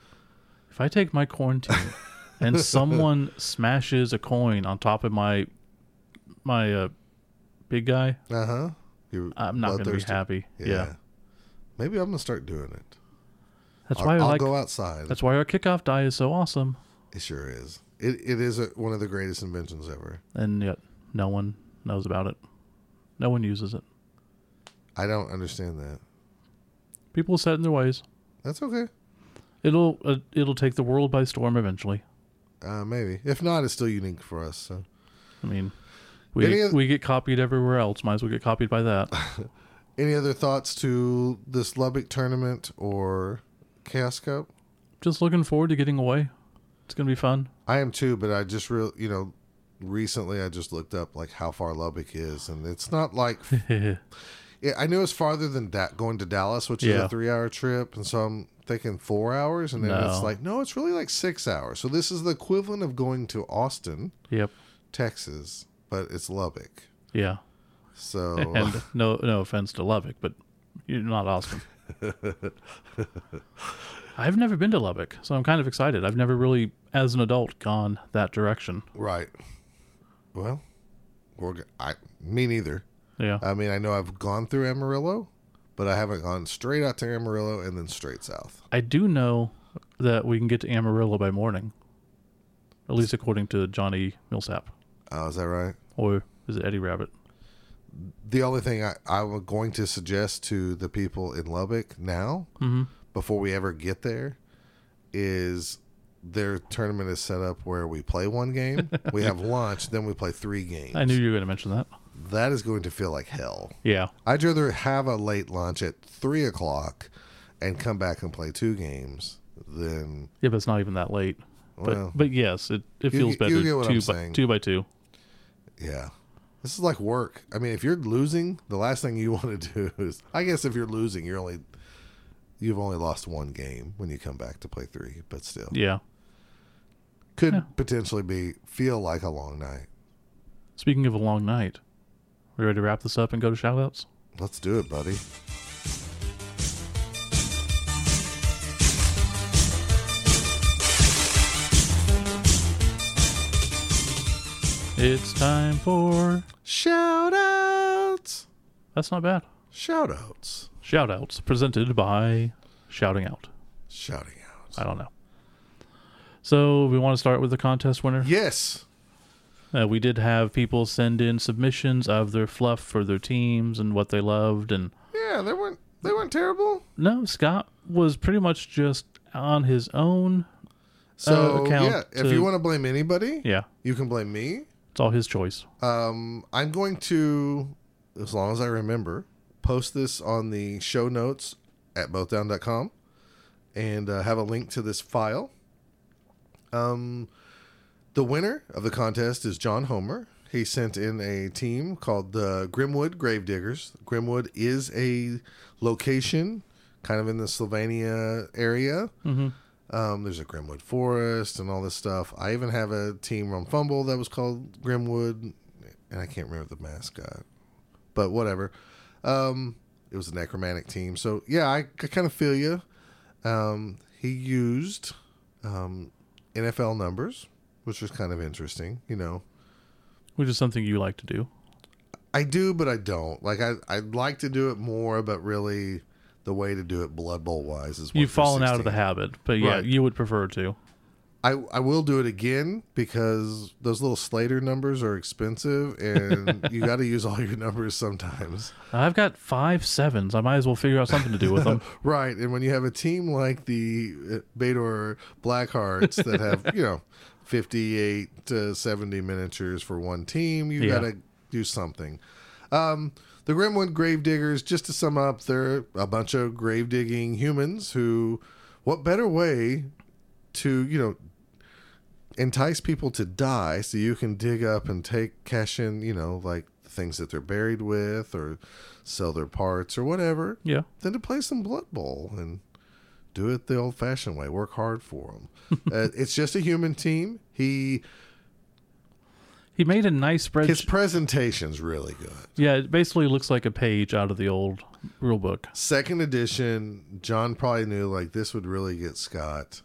if I take my coin team and someone smashes a coin on top of my my uh, big guy,
uh huh. You're
I'm not going to be
bloodthirsty.
happy. Yeah,
maybe I'm gonna start doing it.
that's
I'll,
why I
I'll
like.
go outside.
That's why our kickoff die is so awesome,
It sure is. It it is a, one of the greatest inventions ever.
and yet no one knows about it. No one uses it.
I don't understand that.
People are set in their ways.
That's okay.
It'll uh, it'll take the world by storm eventually.
Uh, maybe if not, it's still unique for us. So.
I mean, we
Any of-
we get copied everywhere else. Might as well get copied by that.
Any other thoughts to this Lubbock tournament or Chaos Cup?
Just looking forward to getting away. It's gonna be fun.
I am too, but I just real you know recently I just looked up like how far Lubbock is, and it's not like
yeah,
yeah, I knew it's farther than da- going to Dallas, which is
Yeah.
a three-hour trip, and so I'm thinking four hours, and then
No.
it's like no, it's really like six hours. So this is the equivalent of going to Austin, Texas, but it's Lubbock.
yeah.
So
And no no offense to Lubbock, but you're not Austin. I've never been to Lubbock, so I'm kind of excited. I've never really, as an adult, gone that direction.
right, well, we're g- I me neither.
Yeah.
I mean, I know I've gone through Amarillo, but I haven't gone straight out to Amarillo and then straight south.
I do know that we can get to Amarillo by morning, at least according to Johnny Millsap,
Oh, is that right?
or is it Eddie Rabbit?
the only thing I, I'm going to suggest to the people in Lubbock now,
Mm-hmm.
before we ever get there, is their tournament is set up where we play one game, we have lunch, then we play three games.
I knew you were going to mention that.
that is going to feel like hell.
Yeah,
I'd rather have a late lunch at three o'clock and come back and play two games than
yeah, but it's not even that late.
Well.
but but yes, it, it
You
feels
get-
better
you get what
2
I'm
by
saying.
two by two.
yeah. This is like work. I mean, if you're losing, the last thing you want to do is I guess if you're losing, you're only you've only lost one game when you come back to play three, but still.
Yeah.
could potentially be feel like a long night.
Speaking of a long night, we ready to wrap this up and go to shoutouts?
Let's do it, buddy.
It's time for.
Shout outs.
That's not bad.
Shout outs.
Shoutouts presented by Shouting Out.
Shouting out.
I don't know. So we want to start with the contest winner.
Yes.
Uh, we did have people send in submissions of their fluff for their teams and what they loved, and
Yeah, they weren't they weren't terrible.
no, Scott was pretty much just on his own.
So
Uh, account
yeah, if
to-
you want to blame anybody,
Yeah,
you can blame me.
it's all his choice.
Um, I'm going to, as long as I remember, post this on the show notes at bothdown.com and uh, have a link to this file. Um, the winner of the contest is John Homer. He sent in a team called the Grimwood Gravediggers. Grimwood is a location kind of in the Slovenia area. Um, there's a Grimwood Forest and all this stuff. I even have a team on Fumble that was called Grimwood, and I can't remember the mascot, but whatever. Um, it was a necromantic team, so yeah, I, I kind of feel you. Um, he used um, NFL numbers, which was kind of interesting, you know.
Which is something you like to do.
I do, but I don't. Like I, I'd like to do it more, but really, the way to do it Blood Bowl wise is one
You've
through
fallen out of
16.
the habit, but yeah,
Right.
you would prefer to.
I, I will do it again because those little Slater numbers are expensive and you got to use all your numbers sometimes.
I've got five sevens. I might as well figure out something to do with them.
Right. And when you have a team like the uh, Baydor Blackhearts that have, you know, 58 to 70 miniatures for one team, you
Yeah.
got to do something. Um, the Grimwood Gravediggers, just to sum up, they're a bunch of grave digging humans who, what better way to, you know, entice people to die so you can dig up and take cash in, you know, like things that they're buried with or sell their parts or whatever
yeah,
than to play some Blood Bowl and do it the old fashioned way. Work hard for them. uh, it's just a human team. He
he made a nice spreadsheet.
his presentation's really good.
yeah, it basically looks like a page out of the old rule book.
Second edition, John probably knew like this would really get Scott.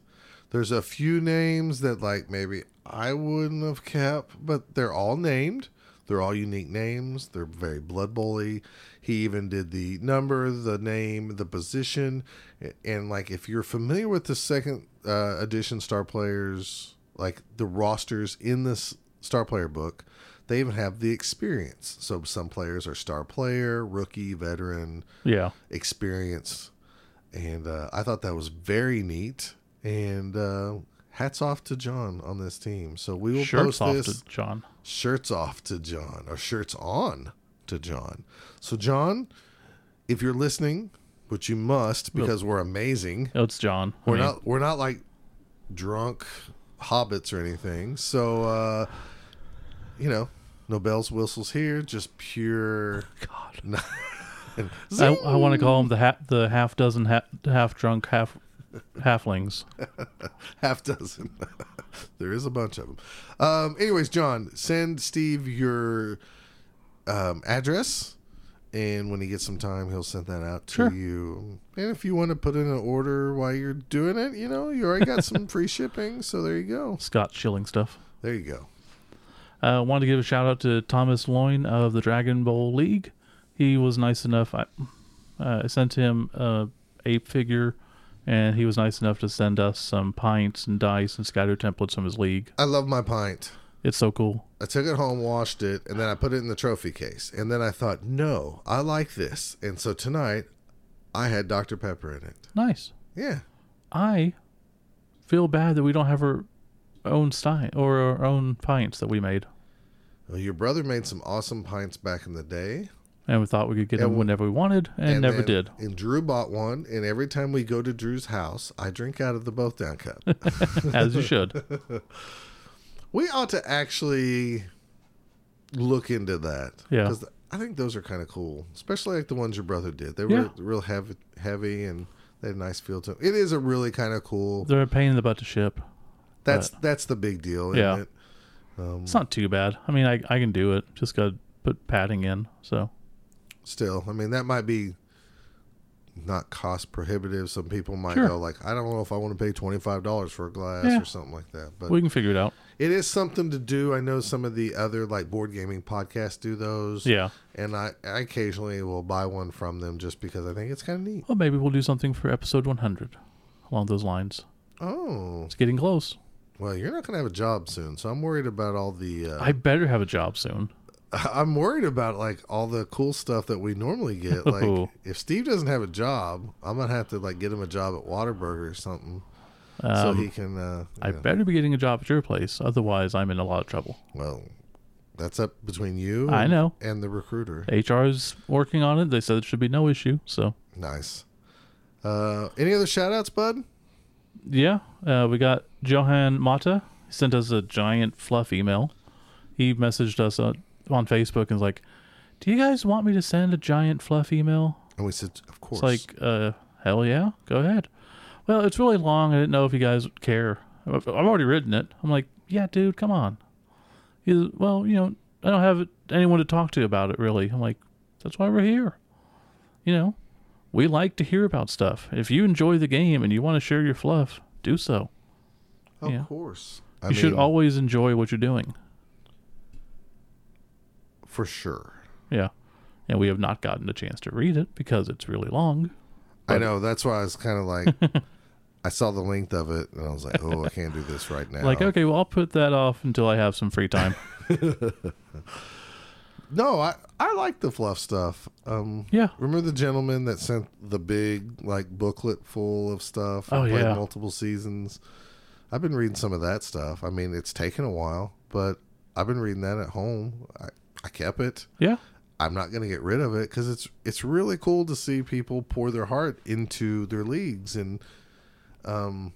There's a few names that like maybe I wouldn't have kept, but they're all named. They're all unique names. They're very Blood Bowl-y. He even did the number, the name, the position, a- and like if you're familiar with the second uh, edition Star Players, like the rosters in this Star Player book, they even have the experience. So some players are Star Player, Rookie, Veteran,
Yeah,
experience. And uh, I thought that was very neat. And uh, hats off to John on this team. So we will
shirts
post
off
this
to John.
shirts off to John or shirts on to John. So, John, if you're listening, which you must because we're amazing,
Oh, it's John. I
we're
mean,
not we're not like drunk hobbits or anything. So, uh, you know, no bells, whistles here, just pure.
God. I, I want to call him the ha- the half dozen ha- half drunk half halflings.
half dozen. there is a bunch of them. Um, anyways, John, send Steve your um, address, and when he gets some time, he'll send that out to
Sure.
you. And if you want to put in an order while you're doing it, you know, you already got some free shipping, so there you go.
Scott Schilling stuff.
There you go.
I uh, wanted to give a shout out to Thomas Loin of the Dragon Bowl League. He was nice enough. I, uh, I sent him a ape figure, and he was nice enough to send us some pints and dice and scatter templates from his league.
I love my pint.
It's so cool.
I took it home, washed it, and then I put it in the trophy case. And then I thought, no, I like this. And so tonight, I had Dr. Pepper in it.
Nice.
Yeah.
I feel bad that we don't have our own stein or our own pints that we made,
Well, your brother made some awesome pints back in the day.
and we thought we could get
And
them
w-
whenever we wanted, and, never
then-
did.
And Drew bought one, and every time we go to Drew's house, I drink out of the both down cup.
As you should.
we ought to actually look into that.
Yeah.
Because I think those are kind of cool, especially like the ones your brother did. They
Yeah.
were real heavy, heavy and they had a nice feel to them. It is a really kind of cool.
They're a pain in the butt to ship.
That's that's the big deal. Isn't
Yeah.
It?
It's not too bad. I mean, I, I can do it. Just got to put padding in. So,
Still, I mean, that might be not cost prohibitive. Some people might
Sure.
go like, I don't know if I want to pay twenty five dollars for a glass
Yeah.
or something like that. But
we can figure it out.
It is something to do. I know some of the other like board gaming podcasts do those.
Yeah.
And I, I occasionally will buy one from them just because I think it's kind of neat.
Well, maybe we'll do something for episode 100. along those lines.
Oh,
It's getting close.
well, you're not going to have a job soon, so I'm worried about all the. Uh,
I better have a job soon.
I'm worried about like all the cool stuff that we normally get. Like
Oh.
if Steve doesn't have a job, I'm gonna have to like get him a job at Waterburger or something, so
Um,
he can. Uh,
I
yeah.
better be getting a job at your place, otherwise I'm in a lot of trouble.
Well, that's up between you.
I
and-
know.
And the recruiter.
HR's working on it. They said it should be no issue. So
Nice. Uh, any other shout outs, bud?
yeah, uh, we got Johan Mata He sent us a giant fluff email. He messaged us on, on Facebook and was like, "Do you guys want me to send a giant fluff email?"
And we said, of course.
It's like, uh, hell yeah, go ahead. Well, it's really long. I didn't know if you guys would care. I've I've already written it. I'm like, yeah, dude, come on. He's, well, you know, I don't have anyone to talk to about it, really. I'm like, that's why we're here. You know, we like to hear about stuff. If you enjoy the game and you want to share your fluff, do so.
of
yeah.
course. I
You should
mean,
always enjoy what you're doing.
for sure.
Yeah. And we have not gotten a chance to read it because it's really long.
I know. That's why I was kind of like, I saw the length of it, and I was like, oh, I can't do this right now.
Like, okay, well, I'll put that off until I have some free time.
No, I I like the fluff stuff. Um,
Yeah.
Remember the gentleman that sent the big like booklet full of stuff?
Oh,
played
yeah.
multiple seasons. I've been reading some of that stuff. I mean, it's taken a while, but I've been reading that at home. I, I kept it.
Yeah.
I'm not going to get rid of it because it's it's really cool to see people pour their heart into their leagues and um.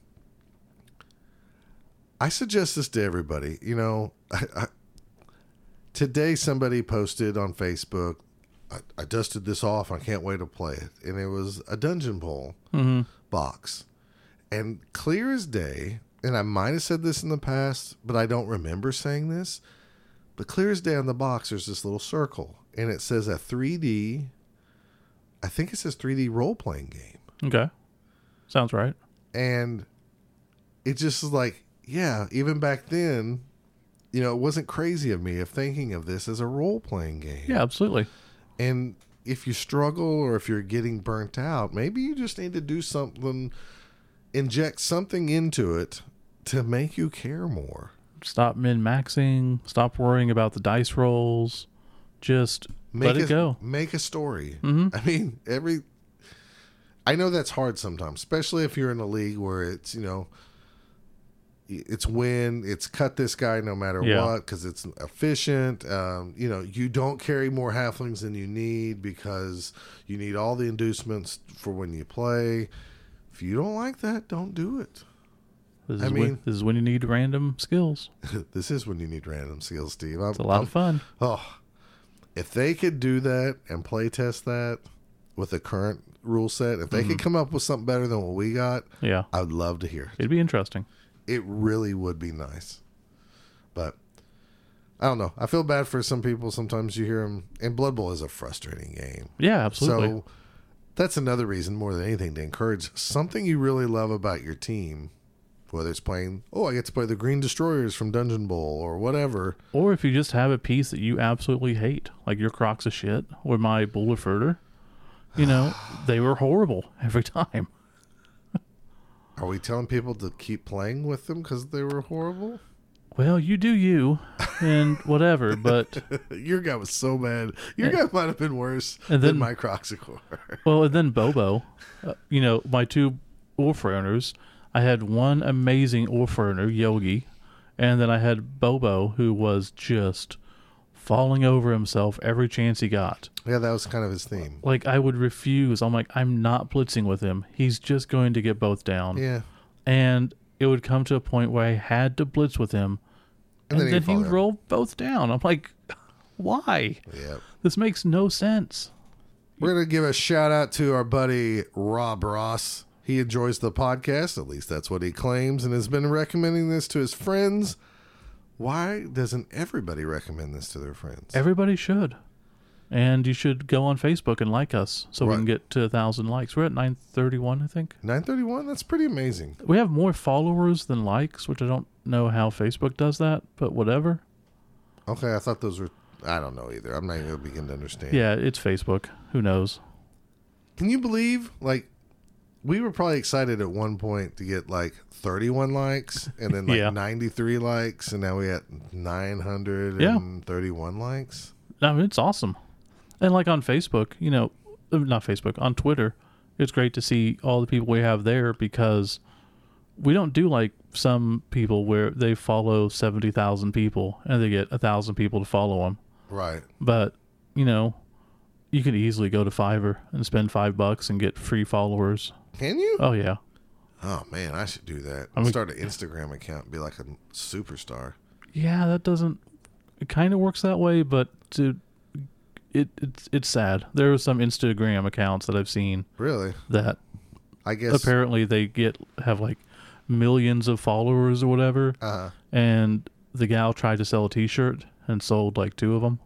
I suggest this to everybody. You know, I, I, today somebody posted on Facebook, I, I dusted this off. I can't wait to play it, and it was a dungeon poll
Mm-hmm.
box, and clear as day. And I might have said this in the past, but I don't remember saying this. But clear as day on the box, there's this little circle, and it says a 3D. I think it says 3D role playing game,
Okay. Sounds right.
and it just is like, yeah, even back then, you know, it wasn't crazy of me of thinking of this as a role playing game.
Yeah, absolutely.
And if you struggle or if you're getting burnt out, maybe you just need to do something, inject something into it to make you care more.
Stop min maxing. Stop worrying about the dice rolls. Just
Make
let
a,
it go. Mm-hmm.
Make a story. I mean, every. I know that's hard sometimes, especially if you're in a league where it's you know. It's win. It's cut this guy no matter
Yeah.
what because it's efficient. Um, you know, you don't carry more halflings than you need because you need all the inducements for when you play. If you don't like that, don't do it.
This is,
I mean-
when, this is when you need random skills.
this is when you need random skills, Steve. I'm,
It's a lot of fun.
Oh, if they could do that and play test that with the current rule set, if they could come up with something better than what we got,
Yeah.
I'd love to hear. It.
It'd be interesting.
It really would be nice. But I don't know. I feel bad for some people. Sometimes you hear them, and Blood Bowl is a frustrating game.
Yeah, absolutely.
So that's another reason, more than anything, to encourage something you really love about your team. Whether it's playing, oh, I get to play the Green Destroyers from Dungeon Bowl or whatever.
or if you just have a piece that you absolutely hate, like your Crocs of shit or my Bullerfurter, you know, they were horrible every time.
Are we telling people to keep playing with them because they were horrible?
Well, you do you and whatever, but
Your guy was so bad. Your guy might have been worse
And
than
then-
my Croxicore.
Well, and then Bobo, uh, you know, my two wolf runners. I had one amazing wolf runner, Yogi, and then I had Bobo, who was just falling over himself every chance he got.
yeah, that was kind of his theme.
Like I would refuse. I'm like, I'm not blitzing with him. He's just going to get both down.
Yeah.
And it would come to a point where I had to blitz with him, and,
then he'd
then,
fall
he would
down.
roll both down. I'm like, why?
Yeah.
This makes no sense.
We're going to give a shout out to our buddy Rob Ross. He enjoys the podcast, at least that's what he claims, and has been recommending this to his friends. Why doesn't everybody recommend this to their friends?
Everybody should. And you should go on Facebook and like us so we
Right.
can get to a thousand likes. We're at nine thirty one, I think.
931? That's pretty amazing.
We have more followers than likes, which I don't know how Facebook does that, but whatever.
Okay, I thought those were. I don't know either. I'm not even going to begin to understand.
Yeah, it's Facebook. Who knows?
Can you believe, like, we were probably excited at one point to get like 31 likes and then like
Yeah.
93 likes and now we at 931 likes.
I mean, it's awesome. And like on Facebook, you know, uh, not Facebook, on Twitter, it's great to see all the people we have there because we don't do like some people where they follow 70,000 people and they get 1,000 people to follow them.
Right.
But, you know, you could easily go to Fiverr and spend five bucks and get free followers.
Can you?
Oh, yeah.
Oh man, I should do that.
mean-
Start an Instagram account and be like a superstar.
Yeah, that doesn't. It kind of works that way, but to, it it's it's sad. There are some Instagram accounts that I've seen
Really?
that
I guess.
apparently they get have like millions of followers or whatever,
uh,
and the gal tried to sell a T-shirt and sold like two of them.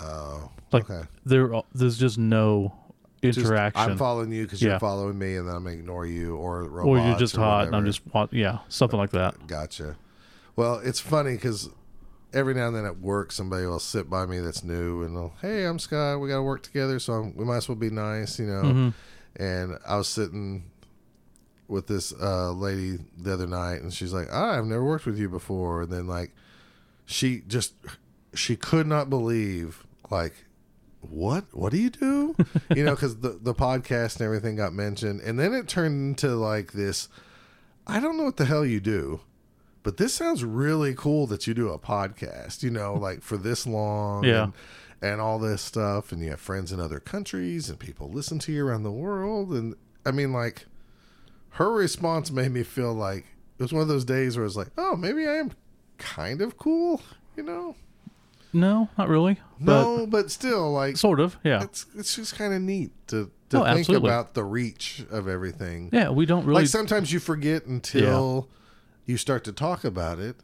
oh,
Like
okay.
there, there's just no
Just,
interaction,
I'm following you because
Yeah.
you're following me, and then I'm gonna ignore you or
or
robots
you're just
or
hot, and I'm
whatever.
just wa- yeah, something like that.
Gotcha. Well, it's funny because every now and then at work, somebody will sit by me that's new and they'll, hey, I'm Sky. We got to work together, so I'm, we might as well be nice, you know. And I was sitting with this uh, lady the other night, and she's like, "Ah, I've never worked with you before. And then, like, she just, she could not believe, like, what? What do you do? you know, because the, the podcast and everything got mentioned. And then it turned into like this I don't know what the hell you do, but this sounds really cool that you do a podcast, you know, like for this long
Yeah.
and, and all this stuff. And you have friends in other countries and people listen to you around the world. And I mean, like, her response made me feel like it was one of those days where I was like, oh, maybe I am kind of cool, you know?
No, not really, but
no, but still, like,
sort of, yeah,
it's, it's just kind of neat to, to
Oh,
think
absolutely.
about the reach of everything
yeah. We don't really
like sometimes you forget until you start to talk about it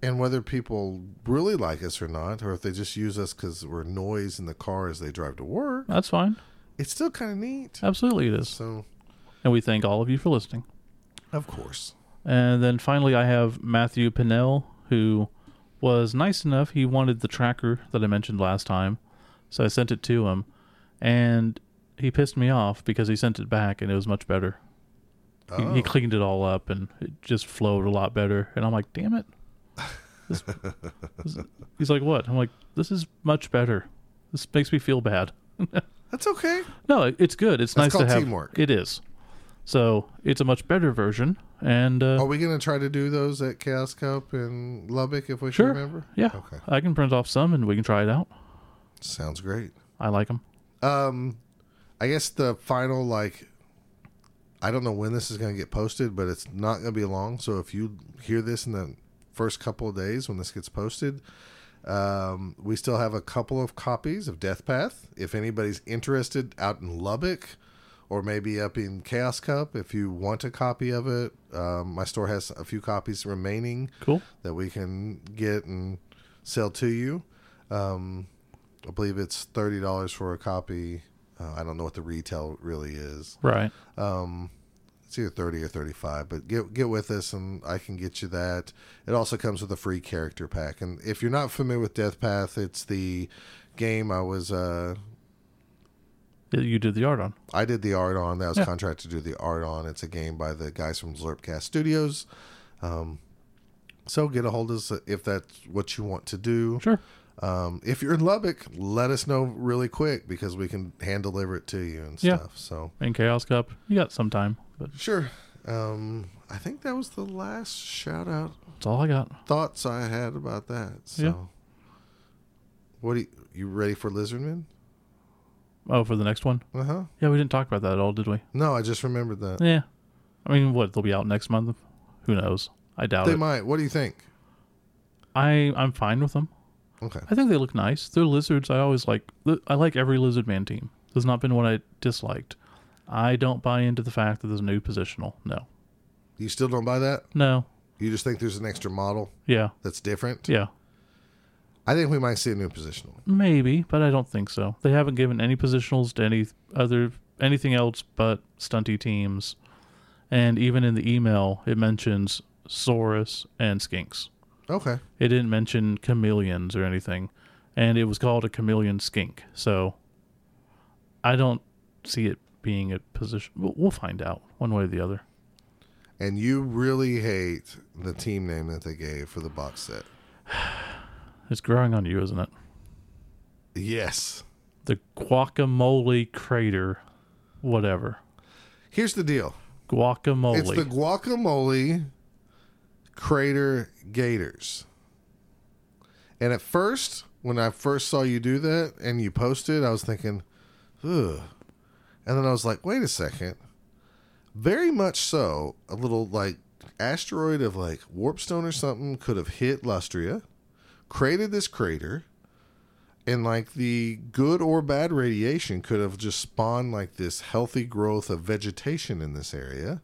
and whether people really like us or not or if they just use us because we're noise in the car as they drive to work
That's fine.
it's still kind of neat
Absolutely, it is.
so
And we thank all of you for listening.
of course
And then finally, I have Matthew Pinnell, who was nice enough. He wanted the tracker that I mentioned last time. So I sent it to him. And he pissed me off because he sent it back and it was much better. He,
Oh,
he cleaned it all up and it just flowed a lot better. And I'm like, damn it. This- this- he's like, what? I'm like, this is much better. This makes me feel bad.
that's okay
No, it- it's good. It's nice
called
to have.
teamwork.
It is. So it's a much better version, and uh,
are we going to try to do those at chaos cup in lubbock if we
sure,
can remember
yeah,
Okay.
I can print off some and we can try it out.
sounds great
I like them.
um i guess the final like i don't know when this is going to get posted but it's not going to be long so if you hear this in the first couple of days when this gets posted um, we still have a couple of copies of death path if anybody's interested out in lubbock or maybe up in chaos cup if you want a copy of it um, my store has a few copies remaining
Cool.
that we can get and sell to you. Um, I believe it's thirty dollars for a copy. Uh, I don't know what the retail really is. Um,
Right.
It's either thirty or thirty-five. But get get with us, and I can get you that. It also comes with a free character pack. And if you're not familiar with Death Path, it's the game I was. Uh,
You did the art on.
I did the art on. That was
Yeah.
contracted to do the art on. It's a game by the guys from Zlurpcast Studios. Um, so get a hold of us if that's what you want to do.
Sure.
Um, if you're in Lubbock, let us know really quick because we can hand deliver it to you and
Yeah.
stuff. So
And Chaos Cup, you got some time, but
sure. Um, I think that was the last shout out
that's all I got.
thoughts I had about that. So
Yeah.
what do you, you ready for Lizardman?
Oh, for the next one.
Uh huh.
Yeah, we didn't talk about that at all, did we?
No, I just remembered that.
Yeah. I mean, what? They'll be out next month. Who knows? I doubt
They
it.
might. What do you think?
I I'm fine with them.
Okay.
I think they look nice. They're lizards. I always like. I like every lizard man team. There's not been one I disliked. I don't buy into the fact that there's a new positional. No,
You still don't buy that?
no,
You just think there's an extra model
yeah,
that's different?
yeah,
I think we might see a new positional.
maybe, but I don't think so. They haven't given any positionals to any other anything else but stunty teams, and even in the email it mentions saurus and skinks.
Okay.
It didn't mention chameleons or anything, and it was called a chameleon skink. So I don't see it being at position. We'll, we'll find out one way or the other.
And you really hate the team name that they gave for the box set.
It's growing on you, isn't it?
Yes.
The guacamole crater, whatever.
Here's the deal.
Guacamole.
It's the guacamole crater gators. And at first, when I first saw you do that and you posted, I was thinking, ugh. And then I was like, wait a second. Very much so, a little like asteroid of like warpstone or something could have hit Lustria, created this crater, and like the good or bad radiation could have just spawned like this healthy growth of vegetation in this area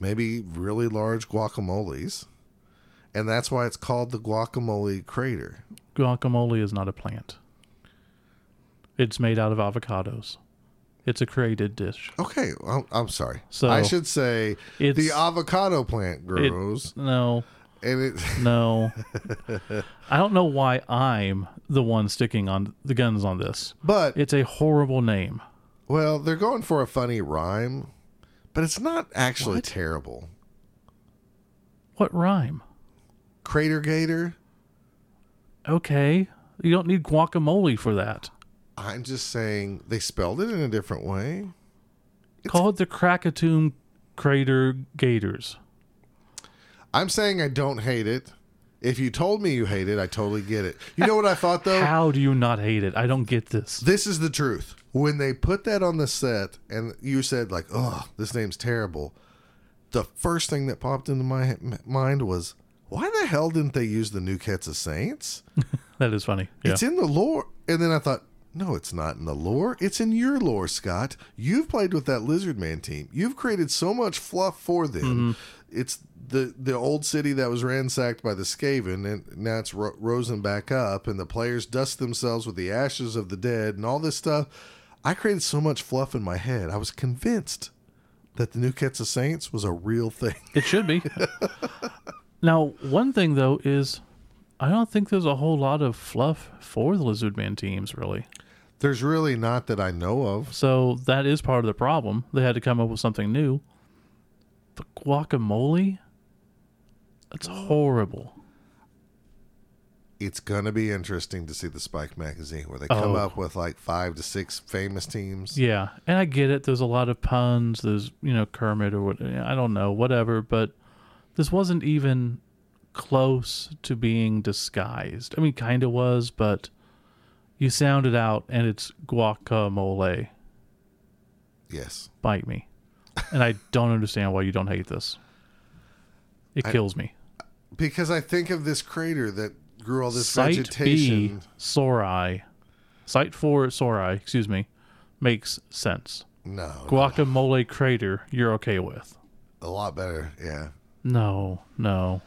maybe really large guacamoles. And that's why it's called the guacamole crater.
guacamole is not a plant. It's made out of avocados. It's a created dish.
Okay, I'm, I'm sorry.
So-
I should say the
It's-
avocado plant
It-
grows,
no,
and it
no. I don't know why I'm the one sticking on the guns on this.
but
It's a horrible name.
well, they're going for a funny rhyme, but it's not actually terrible.
What rhyme?
Crater gator.
Okay. You don't need guacamole for that.
I'm just saying they spelled it in a different way.
Call it the Krakatoom Crater Gators.
I'm saying I don't hate it. If you told me you hate it, I totally get it. You know what I thought though?
How do you not hate it? I don't get this.
This is the truth. When they put that on the set and you said like, "Oh, this name's terrible." The first thing that popped into my m- mind was, "Why the hell didn't they use the New Cats of Saints?"
That is funny. Yeah.
It's in the lore. And then I thought, "No, it's not in the lore. It's in your lore, Scott. You've played with that Lizard Man team. You've created so much fluff for them. It's the the old city that was ransacked by the Skaven, and now it's ro- rosen back up, and the players dust themselves with the ashes of the dead and all this stuff. I created so much fluff in my head. I was convinced that the New Cats of Saints was a real thing.
It should be. now, one thing though is, I don't think there's a whole lot of fluff for the Lizard Man teams really.
There's really not that I know of.
So that is part of the problem. They had to come up with something new. The guacamole. That's horrible.
it's gonna be interesting to see the Spike magazine where they come
Oh.
up with like five to six famous teams.
Yeah, and I get it. There's a lot of puns. There's you know Kermit or what I don't know, whatever. But this wasn't even close to being disguised. I mean, kind of was, but you sound it out, and it's guacamole.
Yes,
Bite me, and I don't understand why you don't hate this. It kills me.
because I think of this crater that grew all this
Site B,
vegetation.
Sorai, Site Four, Sorai. Excuse me, makes sense.
No,
Guacamole crater, you're okay with.
a lot better. Yeah,
No, no.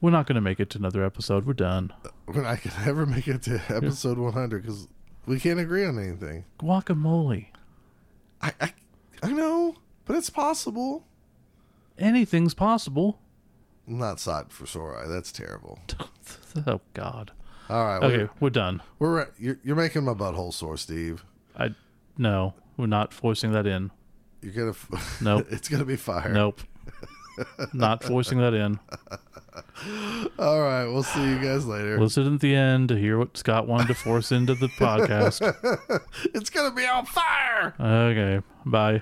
We're not going to make it to another episode. We're done.
when I could ever make it to episode one hundred because we can't agree on anything.
Guacamole.
I, I I know, but it's possible.
Anything's possible.
I'm not sod for Sorai. That's terrible.
Oh, God.
All right,
Okay, we're done.
we're, we're you're, you're making my butthole sore, Steve.
I No, we're not forcing that in.
You're gonna f-
Nope.
it's gonna be fire.
Nope. not forcing that in.
All right, we'll see you guys later.
Listen at the end to hear what Scott wanted to force into the podcast.
it's gonna be on fire.
Okay, bye.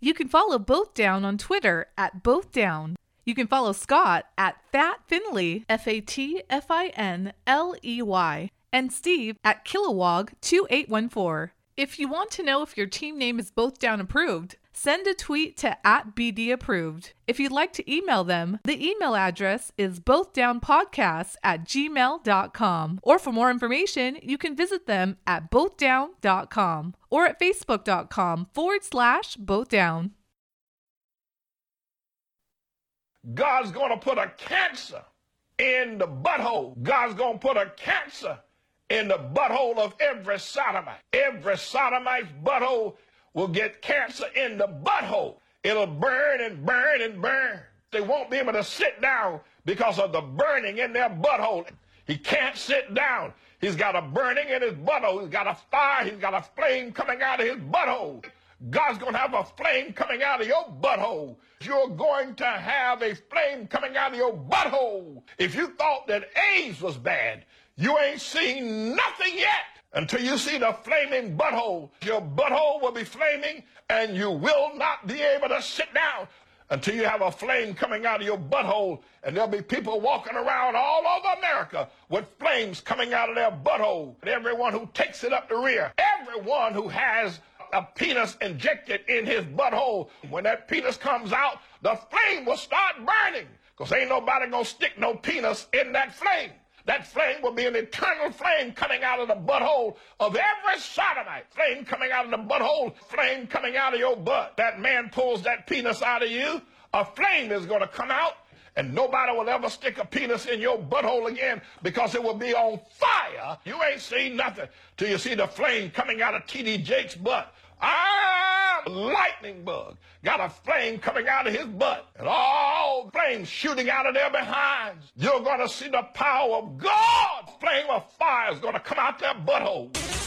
You can follow Both Down on Twitter at Both Down. You can follow Scott at Fat Finley, F A T F I N L E Y, and Steve at Kilowog2814. If you want to know if your team name is Both Down approved, send a tweet to at BD approved. If you'd like to email them, the email address is bothdownpodcasts at gmail.com. Or for more information, you can visit them at bothdown.com or at facebook.com forward slash bothdown.
God's going to put a cancer in the butthole. God's going to put a cancer in the butthole of every sodomite. Every sodomite's butthole will get cancer in the butthole. It'll burn and burn and burn. They won't be able to sit down because of the burning in their butthole. He can't sit down. He's got a burning in his butthole. He's got a fire. He's got a flame coming out of his butthole. God's going to have a flame coming out of your butthole. You're going to have a flame coming out of your butthole. If you thought that AIDS was bad, you ain't seen nothing yet until you see the flaming butthole. Your butthole will be flaming and you will not be able to sit down until you have a flame coming out of your butthole. And there'll be people walking around all over America with flames coming out of their butthole. And everyone who takes it up the rear, everyone who has a penis injected in his butthole, when that penis comes out, the flame will start burning. Because ain't nobody gonna stick no penis in that flame. That flame will be an eternal flame coming out of the butthole of every sodomite. Flame coming out of the butthole, flame coming out of your butt. That man pulls that penis out of you, a flame is going to come out, and nobody will ever stick a penis in your butthole again because it will be on fire. You ain't seen nothing till you see the flame coming out of T.D. Jake's butt. Ah, lightning bug got a flame coming out of his butt, and all flames shooting out of their behinds. You're gonna see the power of God. Flame of fire is gonna come out their butthole.